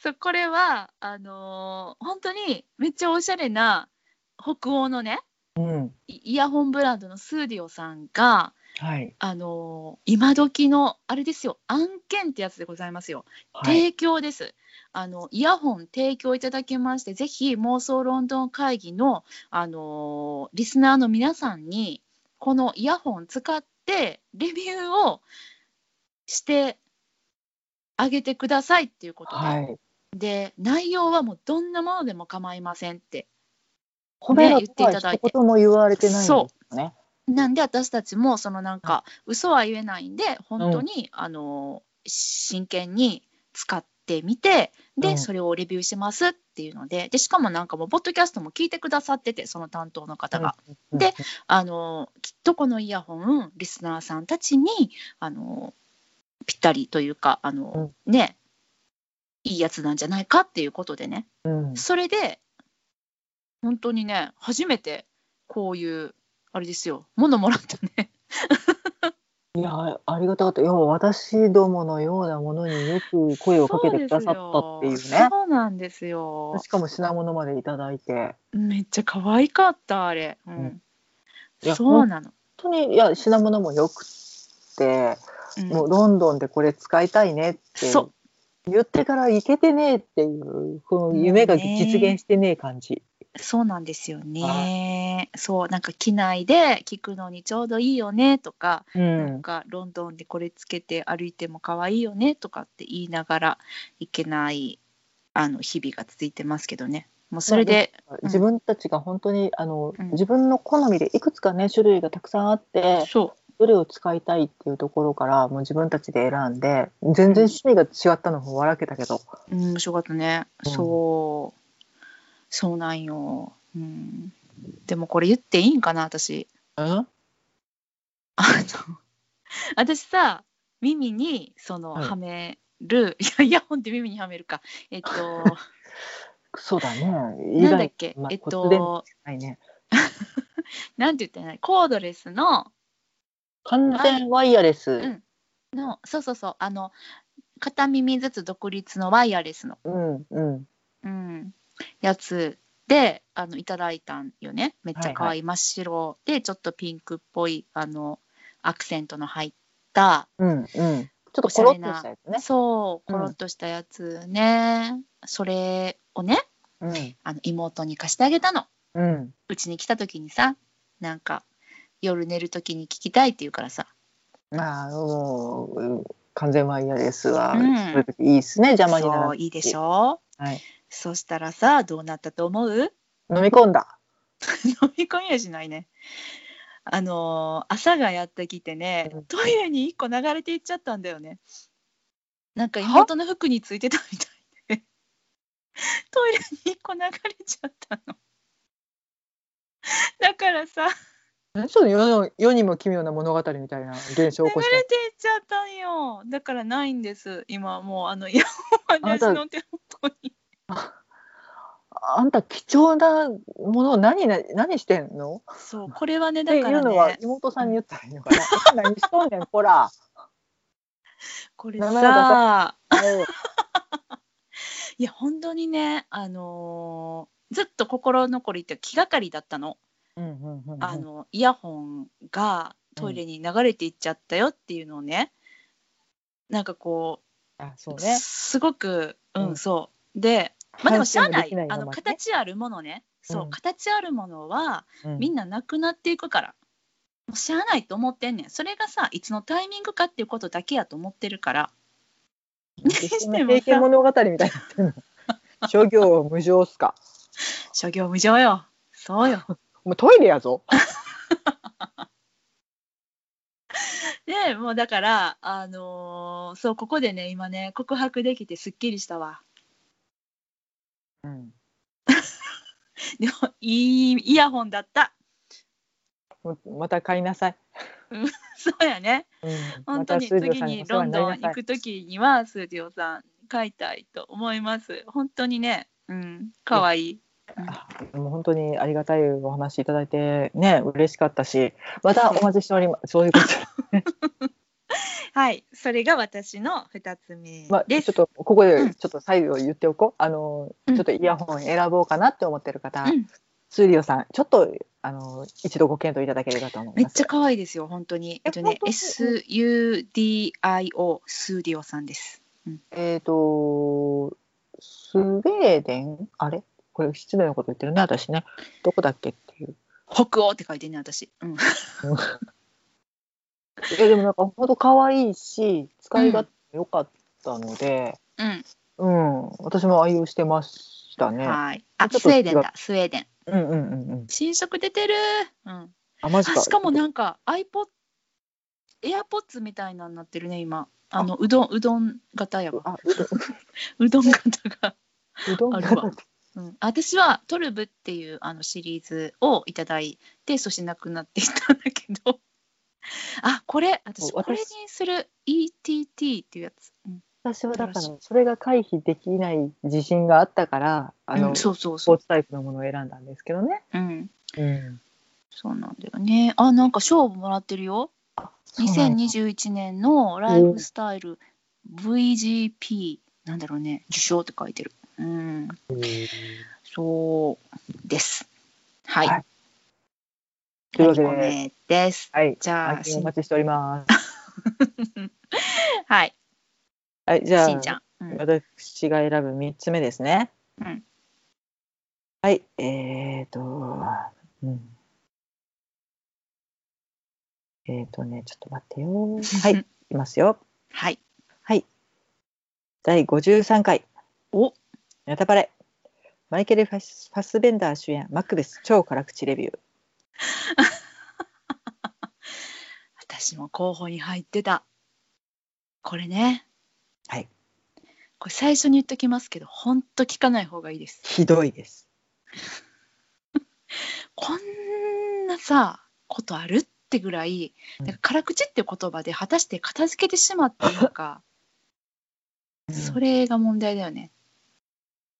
Speaker 1: そうこれはあのー本当にめっちゃおしゃれな北欧のね
Speaker 2: うん。
Speaker 1: イイヤホンブランドのスーディオさんが
Speaker 2: はい。
Speaker 1: あのー今時のあれですよ案件ってやつでございますよ。
Speaker 2: はい。
Speaker 1: 提供です。あのイヤホン提供いただきまして、ぜひ妄想ロンドン会議のあのーリスナーの皆さんにこのイヤホン使ってレビューをしてあげてくださいっていうことで、
Speaker 2: はい。
Speaker 1: で内容はもうどんなものでも構いませんって。
Speaker 2: 褒めろ
Speaker 1: 言っ
Speaker 2: と
Speaker 1: ていただ
Speaker 2: はい一
Speaker 1: て
Speaker 2: 言も言われてないんですよね。
Speaker 1: なんで私たちもそのなんか嘘は言えないんで本当に、あの真剣に使ってみてで、
Speaker 2: うん
Speaker 1: それをレビューしますっていうのででしかもなんかもうポッドキャストも聞いてくださっててその担当の方が、
Speaker 2: うん
Speaker 1: で、あのきっとこのイヤホンリスナーさんたちにあのぴったりというかあの、ねいいやつなんじゃないかっていうことでね
Speaker 2: うん、
Speaker 1: それで本当にね初めてこういうあれですよものもらったね
Speaker 2: いやありがたかったいや私どものようなものによく声をかけてくださったってい
Speaker 1: そうで
Speaker 2: う
Speaker 1: すよ
Speaker 2: ね
Speaker 1: そうなんですよ
Speaker 2: しかも品物までいただいて
Speaker 1: めっちゃ可愛かったあれ、う
Speaker 2: うん
Speaker 1: ん、
Speaker 2: いや
Speaker 1: そうなの、
Speaker 2: 本当にいや品物もよくって、
Speaker 1: うん
Speaker 2: もうロンドンでこれ使いたいねって
Speaker 1: そう
Speaker 2: 言ってから行けてねえっていうこの夢が実現してねえ感じ、
Speaker 1: そうなんですよねそうなんか機内で聞くのにちょうどいいよねとか
Speaker 2: う
Speaker 1: なん
Speaker 2: ん
Speaker 1: かロンドンでこれつけて歩いても可愛いよねとかって言いながらいけないあの日々が続いてますけどねもうそれで、
Speaker 2: 自分たちが本当にあの、
Speaker 1: うん
Speaker 2: 自分の好みでいくつかね種類がたくさんあって
Speaker 1: そう
Speaker 2: どれを使いたいっていうところからもう自分たちで選んで全然趣味が違ったのも笑けたけど、
Speaker 1: うん、面白かったね、
Speaker 2: うん
Speaker 1: そうそうなんよ、うん、でもこれ言っていいんかな私
Speaker 2: うん、
Speaker 1: あの 私さ耳にその
Speaker 2: はい
Speaker 1: はめる、い、やイヤホンって耳にはめるかえっ と
Speaker 2: そうだね
Speaker 1: なんだっけ
Speaker 2: 以外まあ
Speaker 1: えっ
Speaker 2: 骨伝導
Speaker 1: と
Speaker 2: じゃないね
Speaker 1: なんて言ったらいいコードレスの
Speaker 2: 完全ワイヤレス、
Speaker 1: のそうそうそうあの片耳ずつ独立のワイヤレスの、
Speaker 2: うんうん
Speaker 1: うん、やつであのいただいたんよねめっちゃ可
Speaker 2: はい
Speaker 1: 愛い真っ白でちょっとピンクっぽいあのアクセントの入った、
Speaker 2: うんうん。ちょっとコロッとしたやつね。
Speaker 1: そう
Speaker 2: うん
Speaker 1: コロッとしたやつね、それをね
Speaker 2: うん
Speaker 1: あの妹に貸してあげたの
Speaker 2: うん
Speaker 1: うちに来た時にさなんか夜寝る時に聞きたいって言うからさ
Speaker 2: まあもううん完全は嫌ですわ。
Speaker 1: うん
Speaker 2: そういう時いいですね邪魔になら
Speaker 1: そ
Speaker 2: な
Speaker 1: う
Speaker 2: い。
Speaker 1: いいでしょ
Speaker 2: はい。
Speaker 1: そしたらさどうなったと思う
Speaker 2: 飲み込んだ。
Speaker 1: 飲み込みはしないねあのー朝がやってきてね
Speaker 2: うん
Speaker 1: トイレに一個流れていっちゃったんだよねなんか妹の服についてたみたいでトイレに一個流れちゃったのだからさ
Speaker 2: ちょっと世の世にも奇妙な物語みたいな現象を起こし
Speaker 1: 流れていっちゃったんよだからないんです今もうあのいや
Speaker 2: あん
Speaker 1: 私
Speaker 2: た
Speaker 1: の手元に
Speaker 2: た。あんた貴重なものを何な何してんの？
Speaker 1: そうこれはね
Speaker 2: っ
Speaker 1: だ
Speaker 2: てい
Speaker 1: から
Speaker 2: うのは
Speaker 1: ね
Speaker 2: 妹さんに言ったらいいのかな。 あんた何しとんねんほら。
Speaker 1: これ
Speaker 2: 名前は
Speaker 1: さ
Speaker 2: はい
Speaker 1: いや本当にねあのーずっと心残りって気がかりだったの,、
Speaker 2: うんうんうんうん
Speaker 1: あのイヤホンがトイレに流れていっちゃったよっていうのをね、なんかこ
Speaker 2: あそううね。
Speaker 1: すごくうん、
Speaker 2: うん
Speaker 1: そうでまあでもしゃあない
Speaker 2: 反省もでき
Speaker 1: あの
Speaker 2: まあね
Speaker 1: 形あるものねそう、
Speaker 2: うん
Speaker 1: 形あるものは
Speaker 2: うん
Speaker 1: みんななくなっていくから。もうしゃあないと思ってんねんそれがさいつのタイミングかっていうことだけやと思ってるから
Speaker 2: そん
Speaker 1: して
Speaker 2: な
Speaker 1: もさ
Speaker 2: 経験物語みたいになって んの。諸行無常っすか。
Speaker 1: 諸行無常よそうよ
Speaker 2: もうトイレやぞ。
Speaker 1: でもうだからあのーそうここでね今ね告白できてすっきりしたわ
Speaker 2: うん。
Speaker 1: でもいいイヤホンだった
Speaker 2: また買いなさい。
Speaker 1: そうやね
Speaker 2: うん、
Speaker 1: 本当に
Speaker 2: また
Speaker 1: 次にロンドン行く時にはスージオさん買いたいと思います本当にねうん可愛い
Speaker 2: あもう本当にありがたいお話いただいてね嬉しかったしまたお待ちしておりますそういう こと
Speaker 1: はいそれが私の2つ目
Speaker 2: まあ、
Speaker 1: で
Speaker 2: ちょ
Speaker 1: す、
Speaker 2: っとここ
Speaker 1: う
Speaker 2: で
Speaker 1: ん
Speaker 2: ちょっと最後言っておこう、あの
Speaker 1: うん
Speaker 2: ちょっとイヤホン選ぼうかなって思ってる方、
Speaker 1: うん、
Speaker 2: スーリオさんちょっとあの一度ご検討いただければと思い
Speaker 1: めっ
Speaker 2: ます
Speaker 1: ちゃ可愛いですよ本当にえっとね
Speaker 2: 本当に
Speaker 1: SUDIO スーディオさんです
Speaker 2: えっ、とスウェーデンあれこれ失礼なこと言ってるね私ねどこだっけっていう
Speaker 1: 北欧って書いてんね私うん
Speaker 2: えでもなんか本当可愛いし使い勝手も良かったので、
Speaker 1: うん
Speaker 2: うん、私も愛用してましたね。
Speaker 1: はい。あ、
Speaker 2: ちょっ
Speaker 1: ス
Speaker 2: と
Speaker 1: ウ
Speaker 2: 違
Speaker 1: ェ
Speaker 2: う
Speaker 1: ーデンだ、スウェーデン。
Speaker 2: うんうんうんうん。
Speaker 1: 新色出てる。うん。
Speaker 2: あマジか。
Speaker 1: あ、しかもなんか iPod、AirPods みたいなになってるね、今。あの、うどん、うどん型やわ。
Speaker 2: あう
Speaker 1: うどん型が。
Speaker 2: うどん
Speaker 1: ある
Speaker 2: が
Speaker 1: わうん。私はトルブっていうあのシリーズをいただいて、そしてなくなっていったんだけど。あ、これ、私、
Speaker 2: そう私
Speaker 1: これにする ETT っていうやつ。うん。
Speaker 2: 私はだからそれが回避できない自信があったからあの、
Speaker 1: うん
Speaker 2: ス
Speaker 1: そうそう
Speaker 2: ポ
Speaker 1: そう
Speaker 2: ー。ツタイプのものを選んだんですけどね。
Speaker 1: うん。
Speaker 2: うん。
Speaker 1: そうなんだよね。あ、なんか賞もらってるよ。2021年のライフスタイル VGP なんだろうね受賞って書いてるうん
Speaker 2: 2020。
Speaker 1: そうですはい、
Speaker 2: はいというわけ
Speaker 1: 二個
Speaker 2: で、
Speaker 1: 目です
Speaker 2: はい。
Speaker 1: じゃあ
Speaker 2: お待ちしております。
Speaker 1: はい
Speaker 2: はい、じゃあ
Speaker 1: しんちゃん、うん
Speaker 2: 私が選ぶ三つ目ですね。
Speaker 1: うん
Speaker 2: はい、えっ、ー、と、うん。えっ、ー、とね、ちょっと待って よ。はい、いきますよ。
Speaker 1: はい
Speaker 2: 第53回、
Speaker 1: お
Speaker 2: ネタバレ。マイケル・ファスファスベンダー主演、マクベス超辛口レビュー。
Speaker 1: 私も候補に入ってたこれね
Speaker 2: はい
Speaker 1: これ最初に言っときますけどほんと聞かない方がいいです
Speaker 2: ひどいです。
Speaker 1: こんなさことあるってぐらい
Speaker 2: うん
Speaker 1: なんか辛口って言葉で果たして片付けてしまったのかそれが問題だよね。
Speaker 2: うん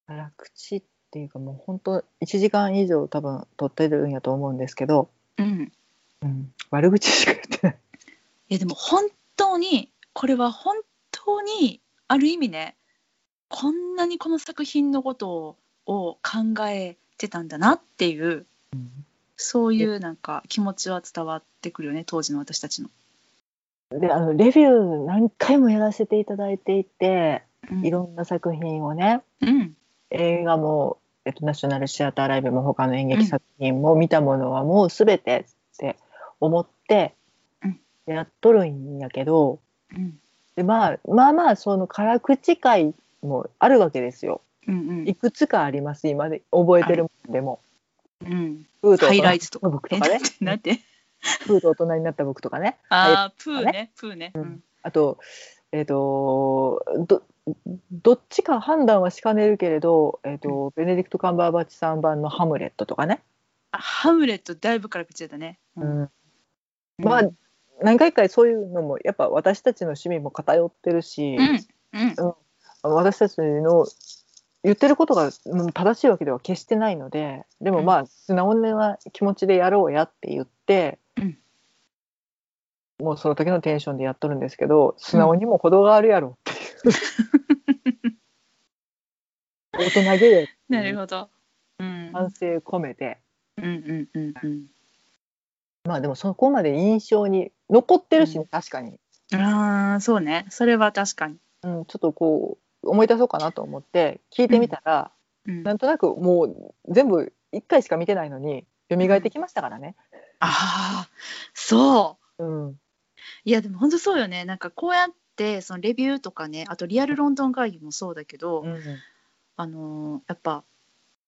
Speaker 2: 辛口っていうか、もう本当、1時間以上多分撮ってるんやと思うんですけど、
Speaker 1: うん、
Speaker 2: うん、悪口しか言ってない。
Speaker 1: いやでも本当にこれは本当にある意味ねこんなにこの作品のことをを考えてたんだなっていうそういうなんか気持ちは伝わってくるよね当時の私たちの。
Speaker 2: であのレビュー何回もやらせていただいていて
Speaker 1: うん
Speaker 2: いろんな作品をね
Speaker 1: うん
Speaker 2: 映画も、えっと、ナショナルシアターライブも他の演劇作品も見たものはもう全てって思って
Speaker 1: うん
Speaker 2: やっとるんやけど
Speaker 1: うん
Speaker 2: で、まあ、まあまあその辛口会もあるわけですよ。
Speaker 1: うんうん
Speaker 2: いくつかあります今で覚えてるもんでも。
Speaker 1: うん
Speaker 2: フード
Speaker 1: ハイライ
Speaker 2: 大
Speaker 1: トと
Speaker 2: 人僕と
Speaker 1: え
Speaker 2: か
Speaker 1: な
Speaker 2: ね
Speaker 1: んてなんて
Speaker 2: フード大人になった僕とかね。
Speaker 1: あープーねプーねうん
Speaker 2: あと、えっ、と、ど、どっちか判断はしかねるけれど、えっ、と、ベネディクト・カンバーバッチさん版のハムレットとかね。
Speaker 1: あハムレットだいぶ辛口だったねうん
Speaker 2: うんまあ何回かそういうのも、やっぱ私たちの趣味も偏ってるし、
Speaker 1: うんうん
Speaker 2: 私たちの言ってることがうん正しいわけでは決してないので、でもまあ、素直な気持ちでやろうやって言って、
Speaker 1: うん
Speaker 2: もうその時のテンションでやっとるんですけど、素直にも程があるやろって いう。大人げで
Speaker 1: なるほどうん
Speaker 2: 反省込めて、
Speaker 1: うんうんうんうん
Speaker 2: まあでもそこまで印象に残ってるし、ね
Speaker 1: う
Speaker 2: 確かに、
Speaker 1: ああそうねそれは確かに、
Speaker 2: うん、ちょっとこう思い出そうかなと思って聞いてみたら、
Speaker 1: うん、
Speaker 2: な
Speaker 1: あ
Speaker 2: んとなくもう全部1回しか見てないのに蘇ってきましたからね。
Speaker 1: あーそう
Speaker 2: うん、
Speaker 1: いやでも本当そうよねなんかこうやってそのレビューとかねあとリアルロンドン会議もそうだけど、
Speaker 2: うん
Speaker 1: あのーやっぱ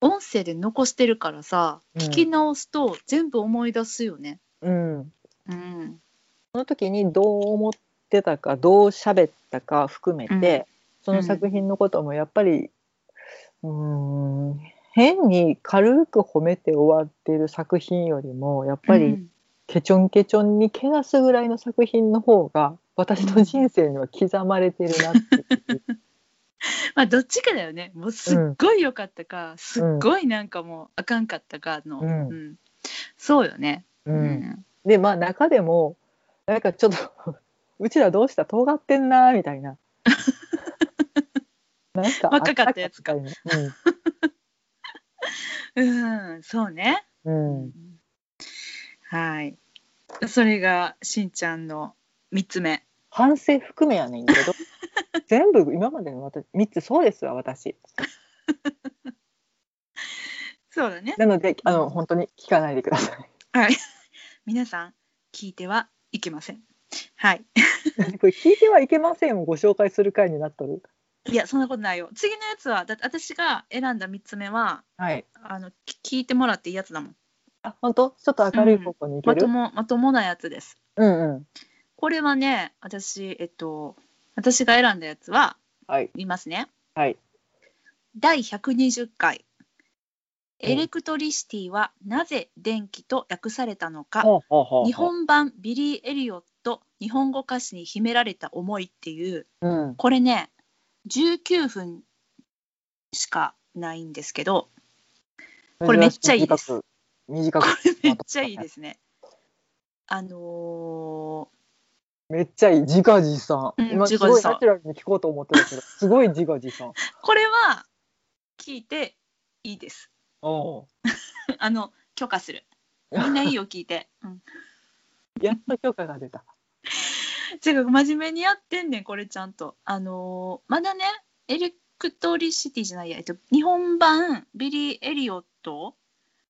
Speaker 1: 音声で残してるからさ、
Speaker 2: うん
Speaker 1: 聞き直すと全部思い出すよね。
Speaker 2: うん、
Speaker 1: うん、
Speaker 2: その時にどう思ってたかどう喋ったか含めて、その作品のこともやっぱりうーん変に軽く褒めて終わっている作品よりもやっぱ
Speaker 1: う
Speaker 2: り
Speaker 1: ん
Speaker 2: ケチョンケチョンにけなすぐらいの作品の方が私の人生には刻まれてるなっていう。
Speaker 1: まあどっちかだよねもうすっごい良かったか、すっごいなんかもうあかんかったかの、
Speaker 2: うん
Speaker 1: そうよね。
Speaker 2: う
Speaker 1: うん
Speaker 2: でまあ中でもなんかちょっと うちらどうした尖ってんなみたい ななんか
Speaker 1: 若かったやつか
Speaker 2: あたみたいな
Speaker 1: うんそうね。
Speaker 2: うん、うん、
Speaker 1: はいそれがしんちゃんの3つ目。
Speaker 2: 反省含めやねんけ ど全部今までの私3つそうですわ私
Speaker 1: そうだね。
Speaker 2: なのであの本当に聞かないでください
Speaker 1: はい。皆さん聞いてはいけません。はい。
Speaker 2: これ聞いてはいけませんをご紹介する回になっとる
Speaker 1: いやそんなことないよ。次のやつはだって私が選んだ3つ目は
Speaker 2: はい
Speaker 1: あのき聞いてもらっていいやつだもん。
Speaker 2: あ本当ちょっと明るい方向に行
Speaker 1: ま
Speaker 2: ける
Speaker 1: と、もまともなやつです。
Speaker 2: うんうん
Speaker 1: これはね私えっと私が選んだやつは
Speaker 2: はい
Speaker 1: 言いますね。
Speaker 2: はい
Speaker 1: 第120回「
Speaker 2: うん
Speaker 1: エレクトリシティはなぜ電気と訳されたのか」
Speaker 2: ほうほうほうほう
Speaker 1: 日本版ビリー・エリオット日本語歌詞に秘められた思いっていう
Speaker 2: うん
Speaker 1: これね19分しかないんですけど、これめっちゃいいです
Speaker 2: 短く短
Speaker 1: こ
Speaker 2: く
Speaker 1: れめっちゃいいですね。あの
Speaker 2: めっちゃいい自画自賛、
Speaker 1: うん
Speaker 2: 今す
Speaker 1: 自画
Speaker 2: ご
Speaker 1: 自賛
Speaker 2: いナチュラルに聞こうと思ってるけ どすごい自画自賛
Speaker 1: ーこれは聞いていいです。
Speaker 2: おう
Speaker 1: あの許可す る。みんないいよ聞いて。うん、
Speaker 2: やっと許可が出た
Speaker 1: 違う真面目にやってんねんこれちゃんと。あのーまだねエレクトリシティじゃないや、えっと、日本版ビリー・エリオット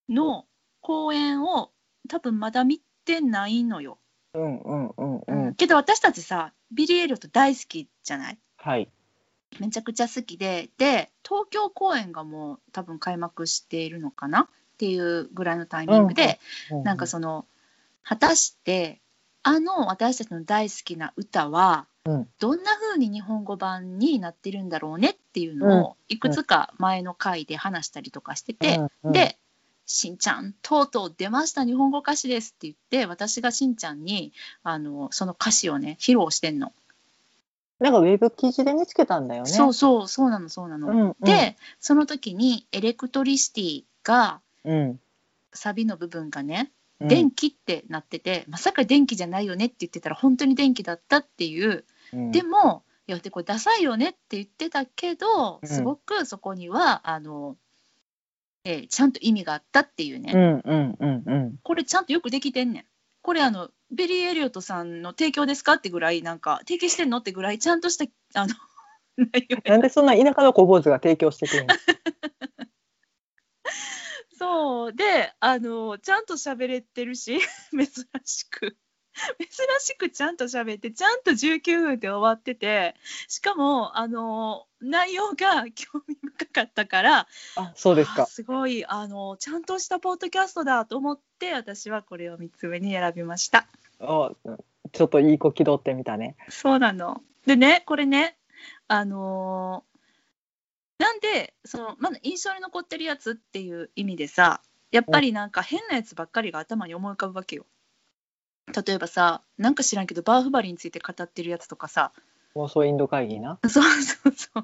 Speaker 1: の公演を多分まだ見てないのよ。
Speaker 2: うんうんうんう
Speaker 1: うん
Speaker 2: ん
Speaker 1: けど私たちさビリー・エリオット大好きじゃない
Speaker 2: はい
Speaker 1: めちゃくちゃ好きでで東京公演がもう多分開幕しているのかなっていうぐらいのタイミングで、なんかその果たしてあの私たちの大好きな歌は、
Speaker 2: うん
Speaker 1: どんな風に日本語版になってるんだろうねっていうのをいくつか前の回で話したりとかしてて、
Speaker 2: うんうん
Speaker 1: で「しんちゃんとうとう出ました日本語歌詞です」って言って私がしんちゃんにあのその歌詞をね披露してんの。
Speaker 2: なんかウェブ記事で見つけたんだよね
Speaker 1: そうそうそうなのそうなの。
Speaker 2: うんうん
Speaker 1: で、その時にエレクトリシティが
Speaker 2: うん
Speaker 1: サビの部分がね、
Speaker 2: うん
Speaker 1: 電気ってなっててまさか電気じゃないよねって言ってたら本当に電気だったっていう、
Speaker 2: うん
Speaker 1: でもいやでこれダサいよねって言ってたけど
Speaker 2: うん
Speaker 1: すごくそこには、あのてちゃんと意味があったっていうね、
Speaker 2: うんうんうんうん。
Speaker 1: これちゃんとよくできてんねんこれあのベリー・エリオットさんの提供ですかってぐらいなんか提供してんのってぐらいちゃんとしたあの 内容や
Speaker 2: なんでそんな田舎の小坊主が提供し てくるの
Speaker 1: そうであのちゃんと喋れてるし 珍しく珍しくちゃんと喋ってちゃんと19分で終わっててしかもあの内容が興味深かったから
Speaker 2: あそうです
Speaker 1: あ
Speaker 2: か。
Speaker 1: すごいあのちゃんとしたポッドキャストだと思って私はこれを3つ目に選びました。
Speaker 2: あちょっといい子気取ってみたね。
Speaker 1: そうなの。でね、これね、あのーなんで、その、まだ印象に残ってるやつっていう意味でさ、やっぱりなんか変なやつばっかりが頭に思い浮かぶわけよ。例えばさ、なんか知らんけど、バーフバリについて語ってるやつとかさ、
Speaker 2: 妄想インド会議な。
Speaker 1: そうそうそう。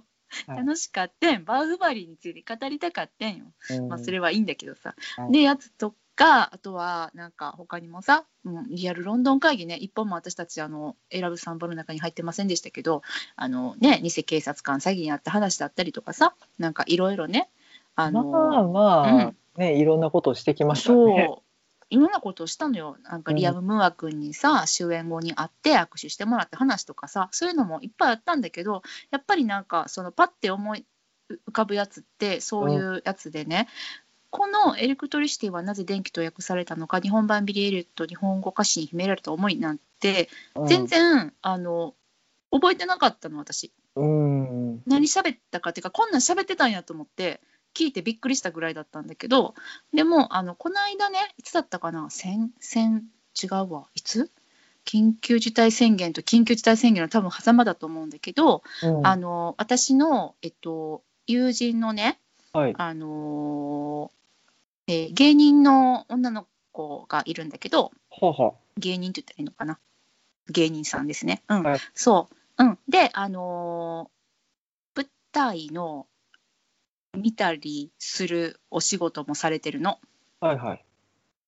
Speaker 2: はい
Speaker 1: 楽しかってん、バーフバリについて語りたかってんよ。
Speaker 2: うん
Speaker 1: まあ、それはいいんだけどさ、
Speaker 2: はい
Speaker 1: でやつとかあとはなんか他にもさ、うん、リアルロンドン会議ね一本も私たちあの選ぶ3本の中に入ってませんでしたけどあのね偽警察官詐欺にあった話だったりとかさなんかいろいろねあの、
Speaker 2: まあまあ、
Speaker 1: うん
Speaker 2: ねいろんなことをしてきましたね。
Speaker 1: そういろんなことをしたのよなんかリアム・ムーア君にさ、終演後に会って握手してもらった話とかさそういうのもいっぱいあったんだけどやっぱりなんかそのパッて思い浮かぶやつってそういうやつでね、この「エレクトリシティはなぜ電気と訳されたのか日本版ビリー・エリット日本語歌詞に秘められた思い」なんて
Speaker 2: うん
Speaker 1: 全。然、あの覚えてなかったの私。
Speaker 2: うん。
Speaker 1: 何喋ったかっていうかこんなん喋ってたんやと思って聞いてびっくりしたぐらいだったんだけどでもあのこの間ねいつだったかな先先違うわいつ緊急事態宣言と緊急事態宣言の多分狭間だと思うんだけど、
Speaker 2: うん
Speaker 1: あの私の、えっと、友人のね、
Speaker 2: はい。
Speaker 1: あのーえー芸人の女の子がいるんだけど
Speaker 2: はは。
Speaker 1: 芸人って言ったらいいのかな芸人さんですね。うん、
Speaker 2: はい
Speaker 1: そう。うん、で、あのー舞台の見たりするお仕事もされてるの。
Speaker 2: はいはい。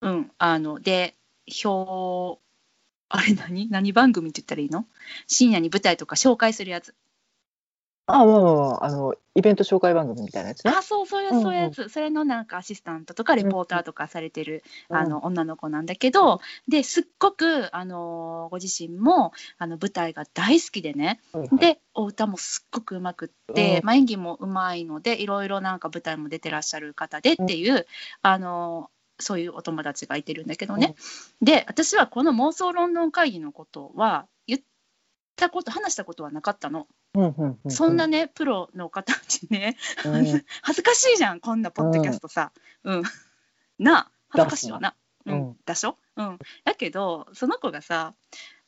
Speaker 1: うん、あので表あれ何何番組って言ったらいいの深夜に舞台とか紹介するやつ。
Speaker 2: あまあまあまああのイベント紹介番組みたいなやつね。
Speaker 1: あそうそういう
Speaker 2: うんうん
Speaker 1: そういうやつ、それのなんかアシスタントとかレポーターとかされてる、
Speaker 2: うん
Speaker 1: あの女の子なんだけどですっごく、あのーご自身もあの舞台が大好きでね
Speaker 2: はいはい、
Speaker 1: でお歌もすっごくうまくって、
Speaker 2: うん
Speaker 1: まあ、演技もうまいのでいろいろなんか舞台も出てらっしゃる方でっていう、あのそういうお友達がいてるんだけどね、で私はこの妄想ロンドン会議のことは言ったこと話したことはなかったの、
Speaker 2: うんうんうう
Speaker 1: そんなねプロの方たちね
Speaker 2: うん
Speaker 1: 恥ずかしいじゃんこんなポッドキャストさ、うん なあ恥ずかしいよな、う
Speaker 2: だしなん
Speaker 1: だしょ、うん、だけどその子がさ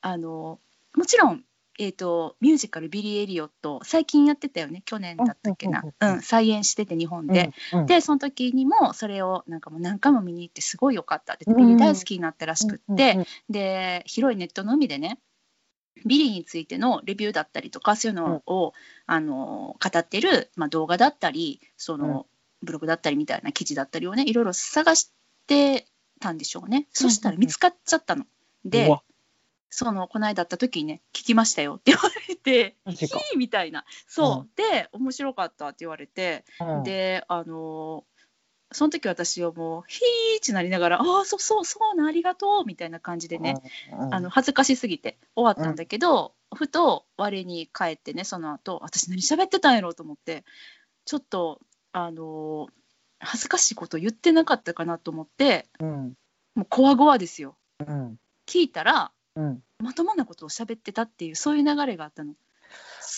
Speaker 1: あのもちろん、えー、とミュージカル「ビリー・エリオット」最近やってたよね去年だったっけな
Speaker 2: うんうん、
Speaker 1: う
Speaker 2: うんんうん
Speaker 1: 再演してて日本で、、
Speaker 2: うんうん
Speaker 1: でその時にもそれをなんかもう何回も見に行ってすごい良かったって、
Speaker 2: うん
Speaker 1: ビリー大好きになったらしくって、
Speaker 2: うんうん
Speaker 1: で広いネットの海でねビリーについてのレビューだったりとかそういうのを、あの語ってる、まあ、動画だったりその、ブログだったりみたいな記事だったりをねいろいろ探してたんでしょうねそしたら見つかっちゃったの。
Speaker 2: う
Speaker 1: で
Speaker 2: わ
Speaker 1: そのこの間会った時にね「聞きましたよ」って言われて「
Speaker 2: マ
Speaker 1: ひ
Speaker 2: ジか
Speaker 1: ー」みたいなそう、で面白かったって言われて
Speaker 2: うん
Speaker 1: であのーその時私はもうヒーチなりながら「ああそうそうそうなんありがとう」みたいな感じでね、
Speaker 2: うんうん
Speaker 1: あの恥ずかしすぎて終わったんだけど、ふと我に返ってねその後私何喋ってたんやろうと思ってちょっとあのー恥ずかしいこと言ってなかったかなと思って
Speaker 2: うん
Speaker 1: もうこわごわですよ
Speaker 2: うん
Speaker 1: 聞いたら
Speaker 2: うん
Speaker 1: まともなことを喋ってたっていうそういう流れがあったの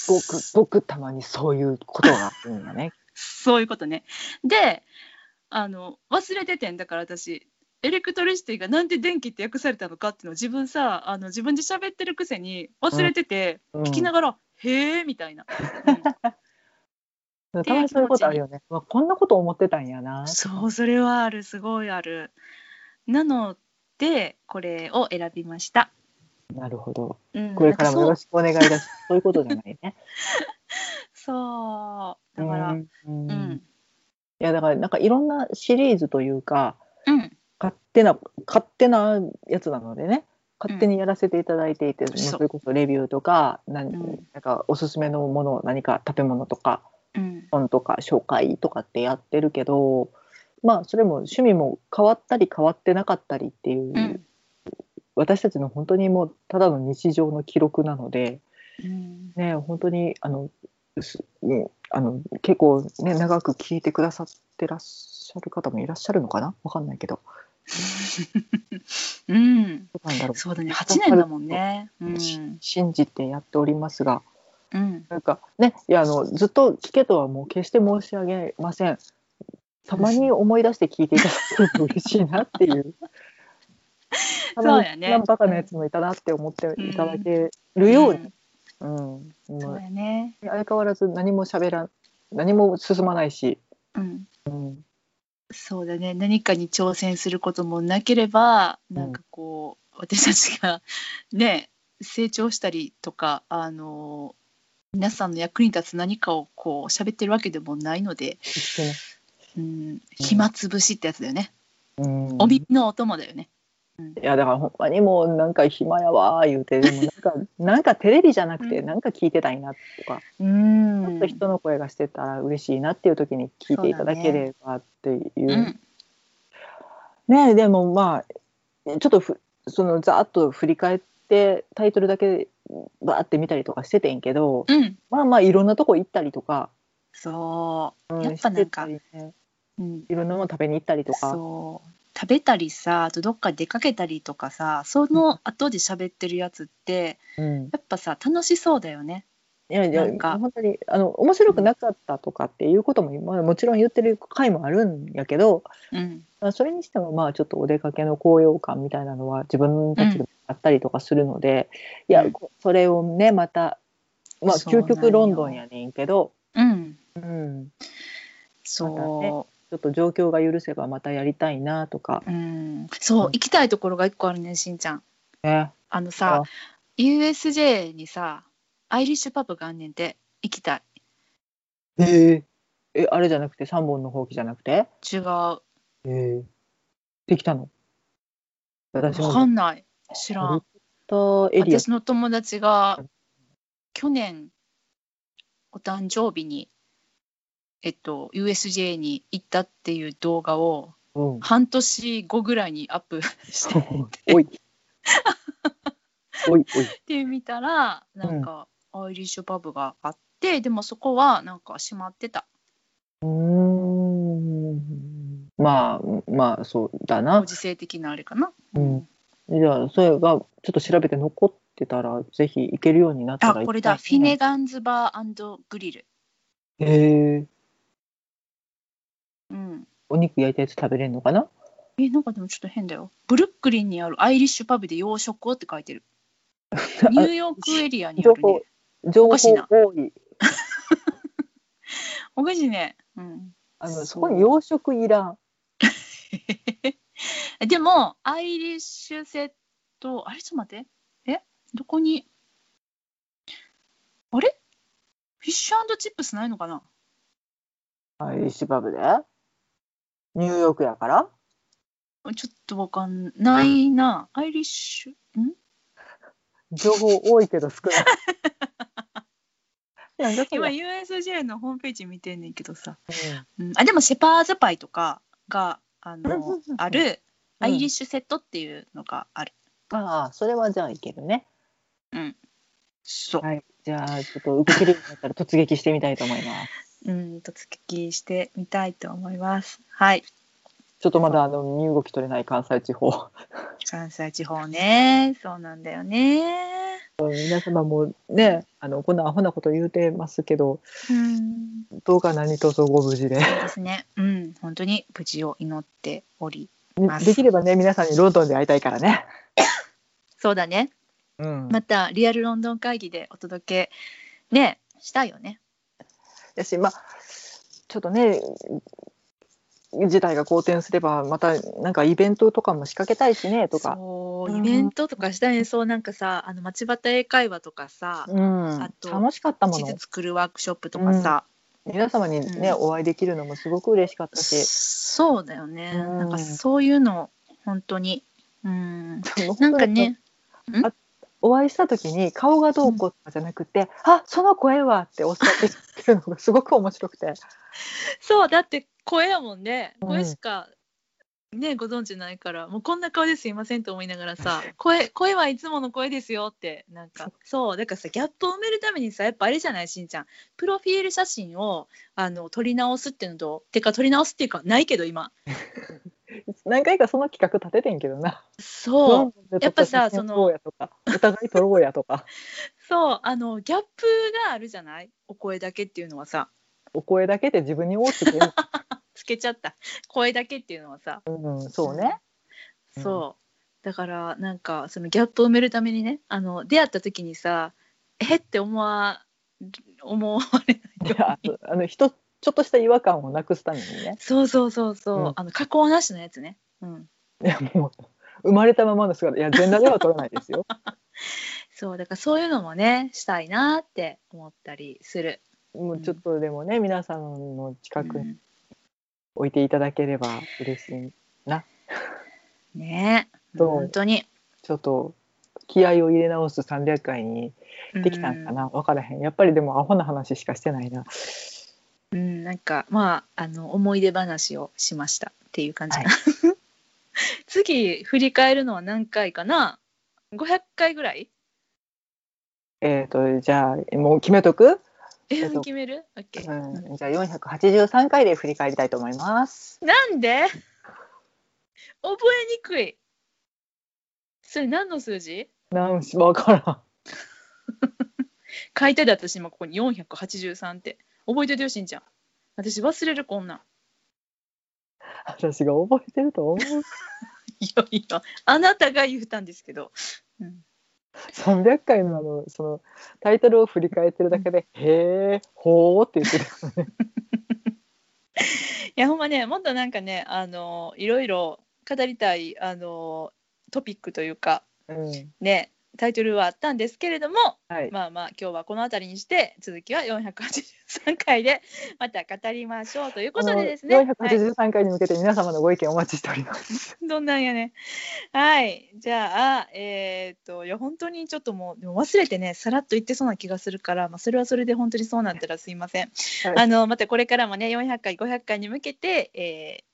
Speaker 2: ごくごくたまにそういうことがあるんだね。
Speaker 1: そういうことね。であの忘れててんだから私エレクトリシティがなんで電気って訳されたのかっていうのを自分さあの自分で喋ってるくせに忘れてて、
Speaker 2: うん
Speaker 1: 聞きながら「へえ」みたいな、うん
Speaker 2: たまにそういうことあるよね。まあこんなこと思ってたんやな。
Speaker 1: そうそれはあるすごいある。なのでこれを選びました。
Speaker 2: なるほど。
Speaker 1: うん、
Speaker 2: これからもよ
Speaker 1: な
Speaker 2: ろ
Speaker 1: んか
Speaker 2: しくお願いだします。そういうことじゃないね。
Speaker 1: そうそうだから、
Speaker 2: うんうん
Speaker 1: うん
Speaker 2: いやだからなんかいろんなシリーズというか
Speaker 1: うん
Speaker 2: 勝手な勝手なやつなのでね。勝手にやらせていただいていて、もう
Speaker 1: そう
Speaker 2: それこそレビューとか、なん
Speaker 1: うん
Speaker 2: なんかおすすめのもの、何か食べ物とか、
Speaker 1: うん
Speaker 2: 本とか紹介とかってやってるけどまあそれも趣味も変わったり変わってなかったりっていう、
Speaker 1: うん
Speaker 2: 私たちの本当にもうただの日常の記録なので、
Speaker 1: うん
Speaker 2: ね、本当にあのすうんあの結構、ね、長く聞いてくださってらっしゃる方もいらっしゃるのかなわかんないけど
Speaker 1: うん、
Speaker 2: どうなんだろう
Speaker 1: そうだね8年だもんね。うん
Speaker 2: し信じてやっておりますが
Speaker 1: うん
Speaker 2: なんかねいやあのずっと聞けとはもう決して申し上げませんたまに思い出して聞いていただけると嬉しいなっていうたま
Speaker 1: そう
Speaker 2: に
Speaker 1: やね
Speaker 2: こんなバカなやつもいたなって思っていただけるように、うんうん
Speaker 1: そうだね。
Speaker 2: 相変わらず何も喋らん何も進まないし、
Speaker 1: うん
Speaker 2: うん、
Speaker 1: そうだね何かに挑戦することもなければなんかこう、私たちがね成長したりとかあの皆さんの役に立つ何かをこう喋ってるわけでもないので、
Speaker 2: 一緒ね
Speaker 1: うん、暇つぶしってやつだよね、
Speaker 2: うん
Speaker 1: お耳のお供だよね。
Speaker 2: いやだからほんまにもうなんか暇やわー言うてでもなんかなんかテレビじゃなくて
Speaker 1: うん
Speaker 2: なんか聞いてたいなとか、
Speaker 1: うん
Speaker 2: ちょっと人の声がしてたら嬉しいなっていう時に聞いていただければっていう
Speaker 1: う
Speaker 2: ね
Speaker 1: ん
Speaker 2: でもまあちょっとふそのざーっと振り返ってタイトルだけバーって見たりとかしててんけど、
Speaker 1: うん、
Speaker 2: まあまあいろんなとこ行ったりとか、
Speaker 1: そうやっぱなんか
Speaker 2: してたりね
Speaker 1: う、うん、
Speaker 2: いろんなもの食べに行ったりとか
Speaker 1: そう食べたりさあとどっか出かけたりとかさその後で喋ってるやつって
Speaker 2: うん、
Speaker 1: やっぱさ楽しそうだよね。
Speaker 2: いやいや
Speaker 1: なんか
Speaker 2: 本当にあの面白くなかったとかっていうことも、まあもちろん言ってる回もあるんやけど
Speaker 1: うん
Speaker 2: まあそれにしてもまあちょっとお出かけの高揚感みたいなのは自分たちでもあったりとかするので、いや
Speaker 1: うん
Speaker 2: こそれをねまた、まあ、
Speaker 1: そうなん
Speaker 2: 究
Speaker 1: よ
Speaker 2: 極ロンドンやねんけど、
Speaker 1: うん、
Speaker 2: うん、ち
Speaker 1: そ
Speaker 2: ょっと状況が許せばまたやりたいなとか
Speaker 1: う、うん、そう行きたいところが一個あるねしんちゃん。
Speaker 2: ね。
Speaker 1: あのさ
Speaker 2: あ
Speaker 1: USJ にさアイリッシュパブがあんねんて行きたい
Speaker 2: ええあれじゃなくて3本のほうきじゃなくて、
Speaker 1: 違うわ
Speaker 2: ええできたの私も
Speaker 1: かんない知らん
Speaker 2: 行ったエリア
Speaker 1: 私の友達が去年お誕生日に、えっと、USJ に行ったっていう動画を
Speaker 2: うん
Speaker 1: 半年後ぐらいにアップして
Speaker 2: おい。おい、おい。
Speaker 1: ってみたらなんかアイリッシュパブがあって、でもそこはなんか閉まってた
Speaker 2: うーん。まあ、まあ、そうだ
Speaker 1: ご
Speaker 2: な。
Speaker 1: 時世的なあれかな、
Speaker 2: うんじゃあ、それが、ちょっと調べて残ってたら、ぜひ行けるようになった
Speaker 1: あ
Speaker 2: ら。
Speaker 1: これだフィネ。ガンズバーグリル、
Speaker 2: へえ。
Speaker 1: うん、
Speaker 2: お肉焼いたやつ食べれるのかな。
Speaker 1: えなんかでもちょっと変だよブルックリンにあるアイリッシュパブで洋食をって書い てるニューヨークエリアにあ
Speaker 2: 情
Speaker 1: るね
Speaker 2: 報。情報
Speaker 1: かしいな
Speaker 2: 多い。
Speaker 1: おかしいね。うん。
Speaker 2: あ
Speaker 1: そう
Speaker 2: の、そこに洋食いらん。
Speaker 1: でも、アイリッシュセット、あれちょっと待って。えどこにあれフィッシュチップスないのかな
Speaker 2: アイリッシュパブで。ニューヨークやから。
Speaker 1: ちょっとわかんないな。アイリッシュ、ん
Speaker 2: 情報多いけど少 ない。なんだそれ
Speaker 1: 今 USJ のホームページ見てんねんけどさ。うん、あ、でもシェパーズパイとかが、あ の、ある、アイリッシュセットっていうのがある。
Speaker 2: ああ、それはじゃあいけるね。
Speaker 1: そう。
Speaker 2: はい、じゃあちょっと動けるようになったら突撃してみたいと思います。
Speaker 1: うん、突撃してみたいと思います。はい。
Speaker 2: ちょっとまだあの身動き取れない関西地方。
Speaker 1: 関西地方ねそうなんだよね
Speaker 2: 皆様もね、あのこんなアホなこと言うてますけど、
Speaker 1: うん
Speaker 2: どうか何卒ご無事で。
Speaker 1: そうですねうん本当に無事を祈っております
Speaker 2: できればね、皆さんにロンドンで会いたいからね。
Speaker 1: そうだね
Speaker 2: うん
Speaker 1: またリアルロンドン会議でお届けねしたいよね
Speaker 2: やし、まあちょっとね。事態が好転すればまたなんかイベントとかも仕掛けたいしねとか。
Speaker 1: そううんイベントとかしたいね、そうなんかさあの町端英会話とかさ、
Speaker 2: うん
Speaker 1: あ、と
Speaker 2: 楽しかったも
Speaker 1: 地
Speaker 2: の
Speaker 1: 図作るワークショップとかさ、
Speaker 2: 皆様にね、
Speaker 1: うん
Speaker 2: お会いできるのもすごく嬉しかったし
Speaker 1: そうだよね、
Speaker 2: うん
Speaker 1: なんかそういうの本当にうんな
Speaker 2: なん
Speaker 1: かね
Speaker 2: お会いした時に顔がどうこうとかじゃなくて、あその声はっておっしゃってくるのがすごく面白くて、
Speaker 1: そうだって声やもんね
Speaker 2: うん
Speaker 1: 声しか、ねご存知ないからもうこんな顔ですいませんと思いながらさ声声はいつもの声ですよってなんかそうだからさギャップを埋めるためにさやっぱあれじゃないしんちゃんプロフィール写真をあの撮り直すっていうのとてか撮り直すっていうかないけど今
Speaker 2: 何回かその企画立ててんけどな。
Speaker 1: そう
Speaker 2: う
Speaker 1: やっぱさその
Speaker 2: お互い取ろうやとか、
Speaker 1: そうあのギャップがあるじゃないお声だけっていうのはさ
Speaker 2: お声だけで自分に大きく、
Speaker 1: つけちゃった 声だけっていうのはさ
Speaker 2: うん、そうね。うん
Speaker 1: そうだからなんかそのギャップを埋めるためにねあの出会った時にさえって思わ思われない
Speaker 2: いやあのあの人ちょっとした違和感をなくすためにね。
Speaker 1: そうそうそうそう、
Speaker 2: うん
Speaker 1: あの加工なしのやつね、うん、
Speaker 2: いやもう生まれたままの姿いや全裸では取らないです よ。
Speaker 1: そうだからそういうのもねしたいなって思ったりする、
Speaker 2: もうちょっとでもね、皆さんの近く
Speaker 1: う
Speaker 2: に
Speaker 1: ん
Speaker 2: 置いていただければ嬉しい。
Speaker 1: ね
Speaker 2: そう
Speaker 1: 本当に
Speaker 2: ちょっと気合を入れ直す300回にできたんかな、分からへん。やっぱりでもアホな話しかしてないな。
Speaker 1: うん、うんなんかまああの思い出話をしましたっていう感じかな、 次振り返るのは何回かな500回ぐらい
Speaker 2: えっ、とじゃあもう決めとく？
Speaker 1: え、
Speaker 2: っと
Speaker 1: 決める ?OK、
Speaker 2: うん、じゃあ483回で振り返りたいと思います。
Speaker 1: なんで覚えにくい。それ何の数字
Speaker 2: なんしわから
Speaker 1: 書いてた私今ここに483って。覚えててよしんちゃん。私忘れるこんなん。
Speaker 2: ん。私が覚えてると思う。
Speaker 1: いやいや、あなたが言ったんですけど。うん、
Speaker 2: 300回のあのそのタイトルを振り返ってるだけで「へえほーって言ってたよね。
Speaker 1: いやほんまね、もっとなんかね、あのいろいろ語りたい、あのトピックというか、
Speaker 2: うん
Speaker 1: ね、タイトルはあったんですけれども、
Speaker 2: はい、
Speaker 1: まあまあ今日はこの辺りにして続きは483回でまた語りましょうということでですね。
Speaker 2: あ
Speaker 1: は
Speaker 2: の
Speaker 1: い、
Speaker 2: 483回に向けて皆様のご意見お待ちしております。
Speaker 1: どんなんやね。はい。じゃあ、えーっと、いや、本当にちょっともう、でも忘れてね、さらっと言ってそうな気がするから、まあ、それはそれで本当にそうなったらすいません。
Speaker 2: はい
Speaker 1: あの、またこれからもね、400回、500回に向けて、えー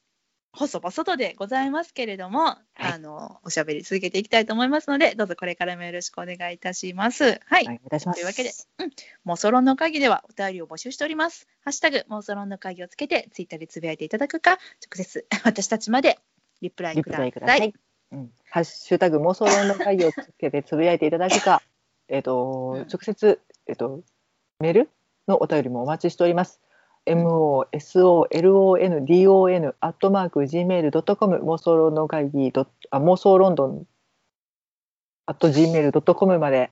Speaker 1: 細々とでございますけれども、あのおしゃべり続けていきたいと思いますのでどうぞこれからもよろしくお願いいたします。はい
Speaker 2: お、願いいたします。
Speaker 1: というわけで妄想論の会議ではお便りを募集しております。ハッシュタグ妄想論の会議をつけてツイッターでつぶやいていただくか、直接 私たちまでリプライ
Speaker 2: リ
Speaker 1: く
Speaker 2: プ
Speaker 1: ださ
Speaker 2: ラ
Speaker 1: い。
Speaker 2: イください。うん、ハッシュタグ妄想論の会議をつけてつぶやいていただ くか、えっと、
Speaker 1: うん
Speaker 2: 直接、えっと、メールのお便りもお待ちしております。mosolondon アットマーク gmail.com 妄想論の会議ドッあ妄想ロンドンアット gmail.com まで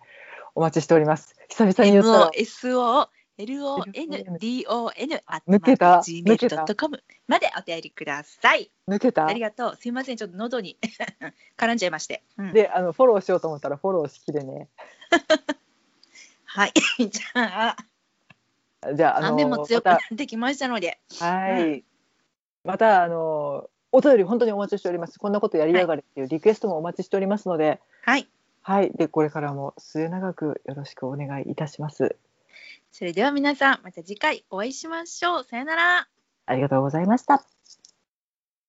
Speaker 2: お待ちしております。久々に言ったら
Speaker 1: MOSO LONDON ア
Speaker 2: 抜けた抜けた
Speaker 1: gmail.com までお便りください。
Speaker 2: 抜けた
Speaker 1: ありがとう。すいません、ちょっと喉に 絡んじゃいまして。うん
Speaker 2: であのフォローしようと思ったらフォローしきれね
Speaker 1: はい。 じゃあ、
Speaker 2: じゃああの
Speaker 1: 雨も強く
Speaker 2: ま
Speaker 1: な
Speaker 2: た
Speaker 1: ってきましたので、
Speaker 2: はい、またあのお便り本当にお待ちしておりますこんなことやりやがれっていうリクエストもお待ちしておりますので
Speaker 1: はい。
Speaker 2: はいでこれからも末永くよろしくお願いいたします
Speaker 1: それでは皆さん、また次回お会いしましょう。さよなら。
Speaker 2: ありがとうございました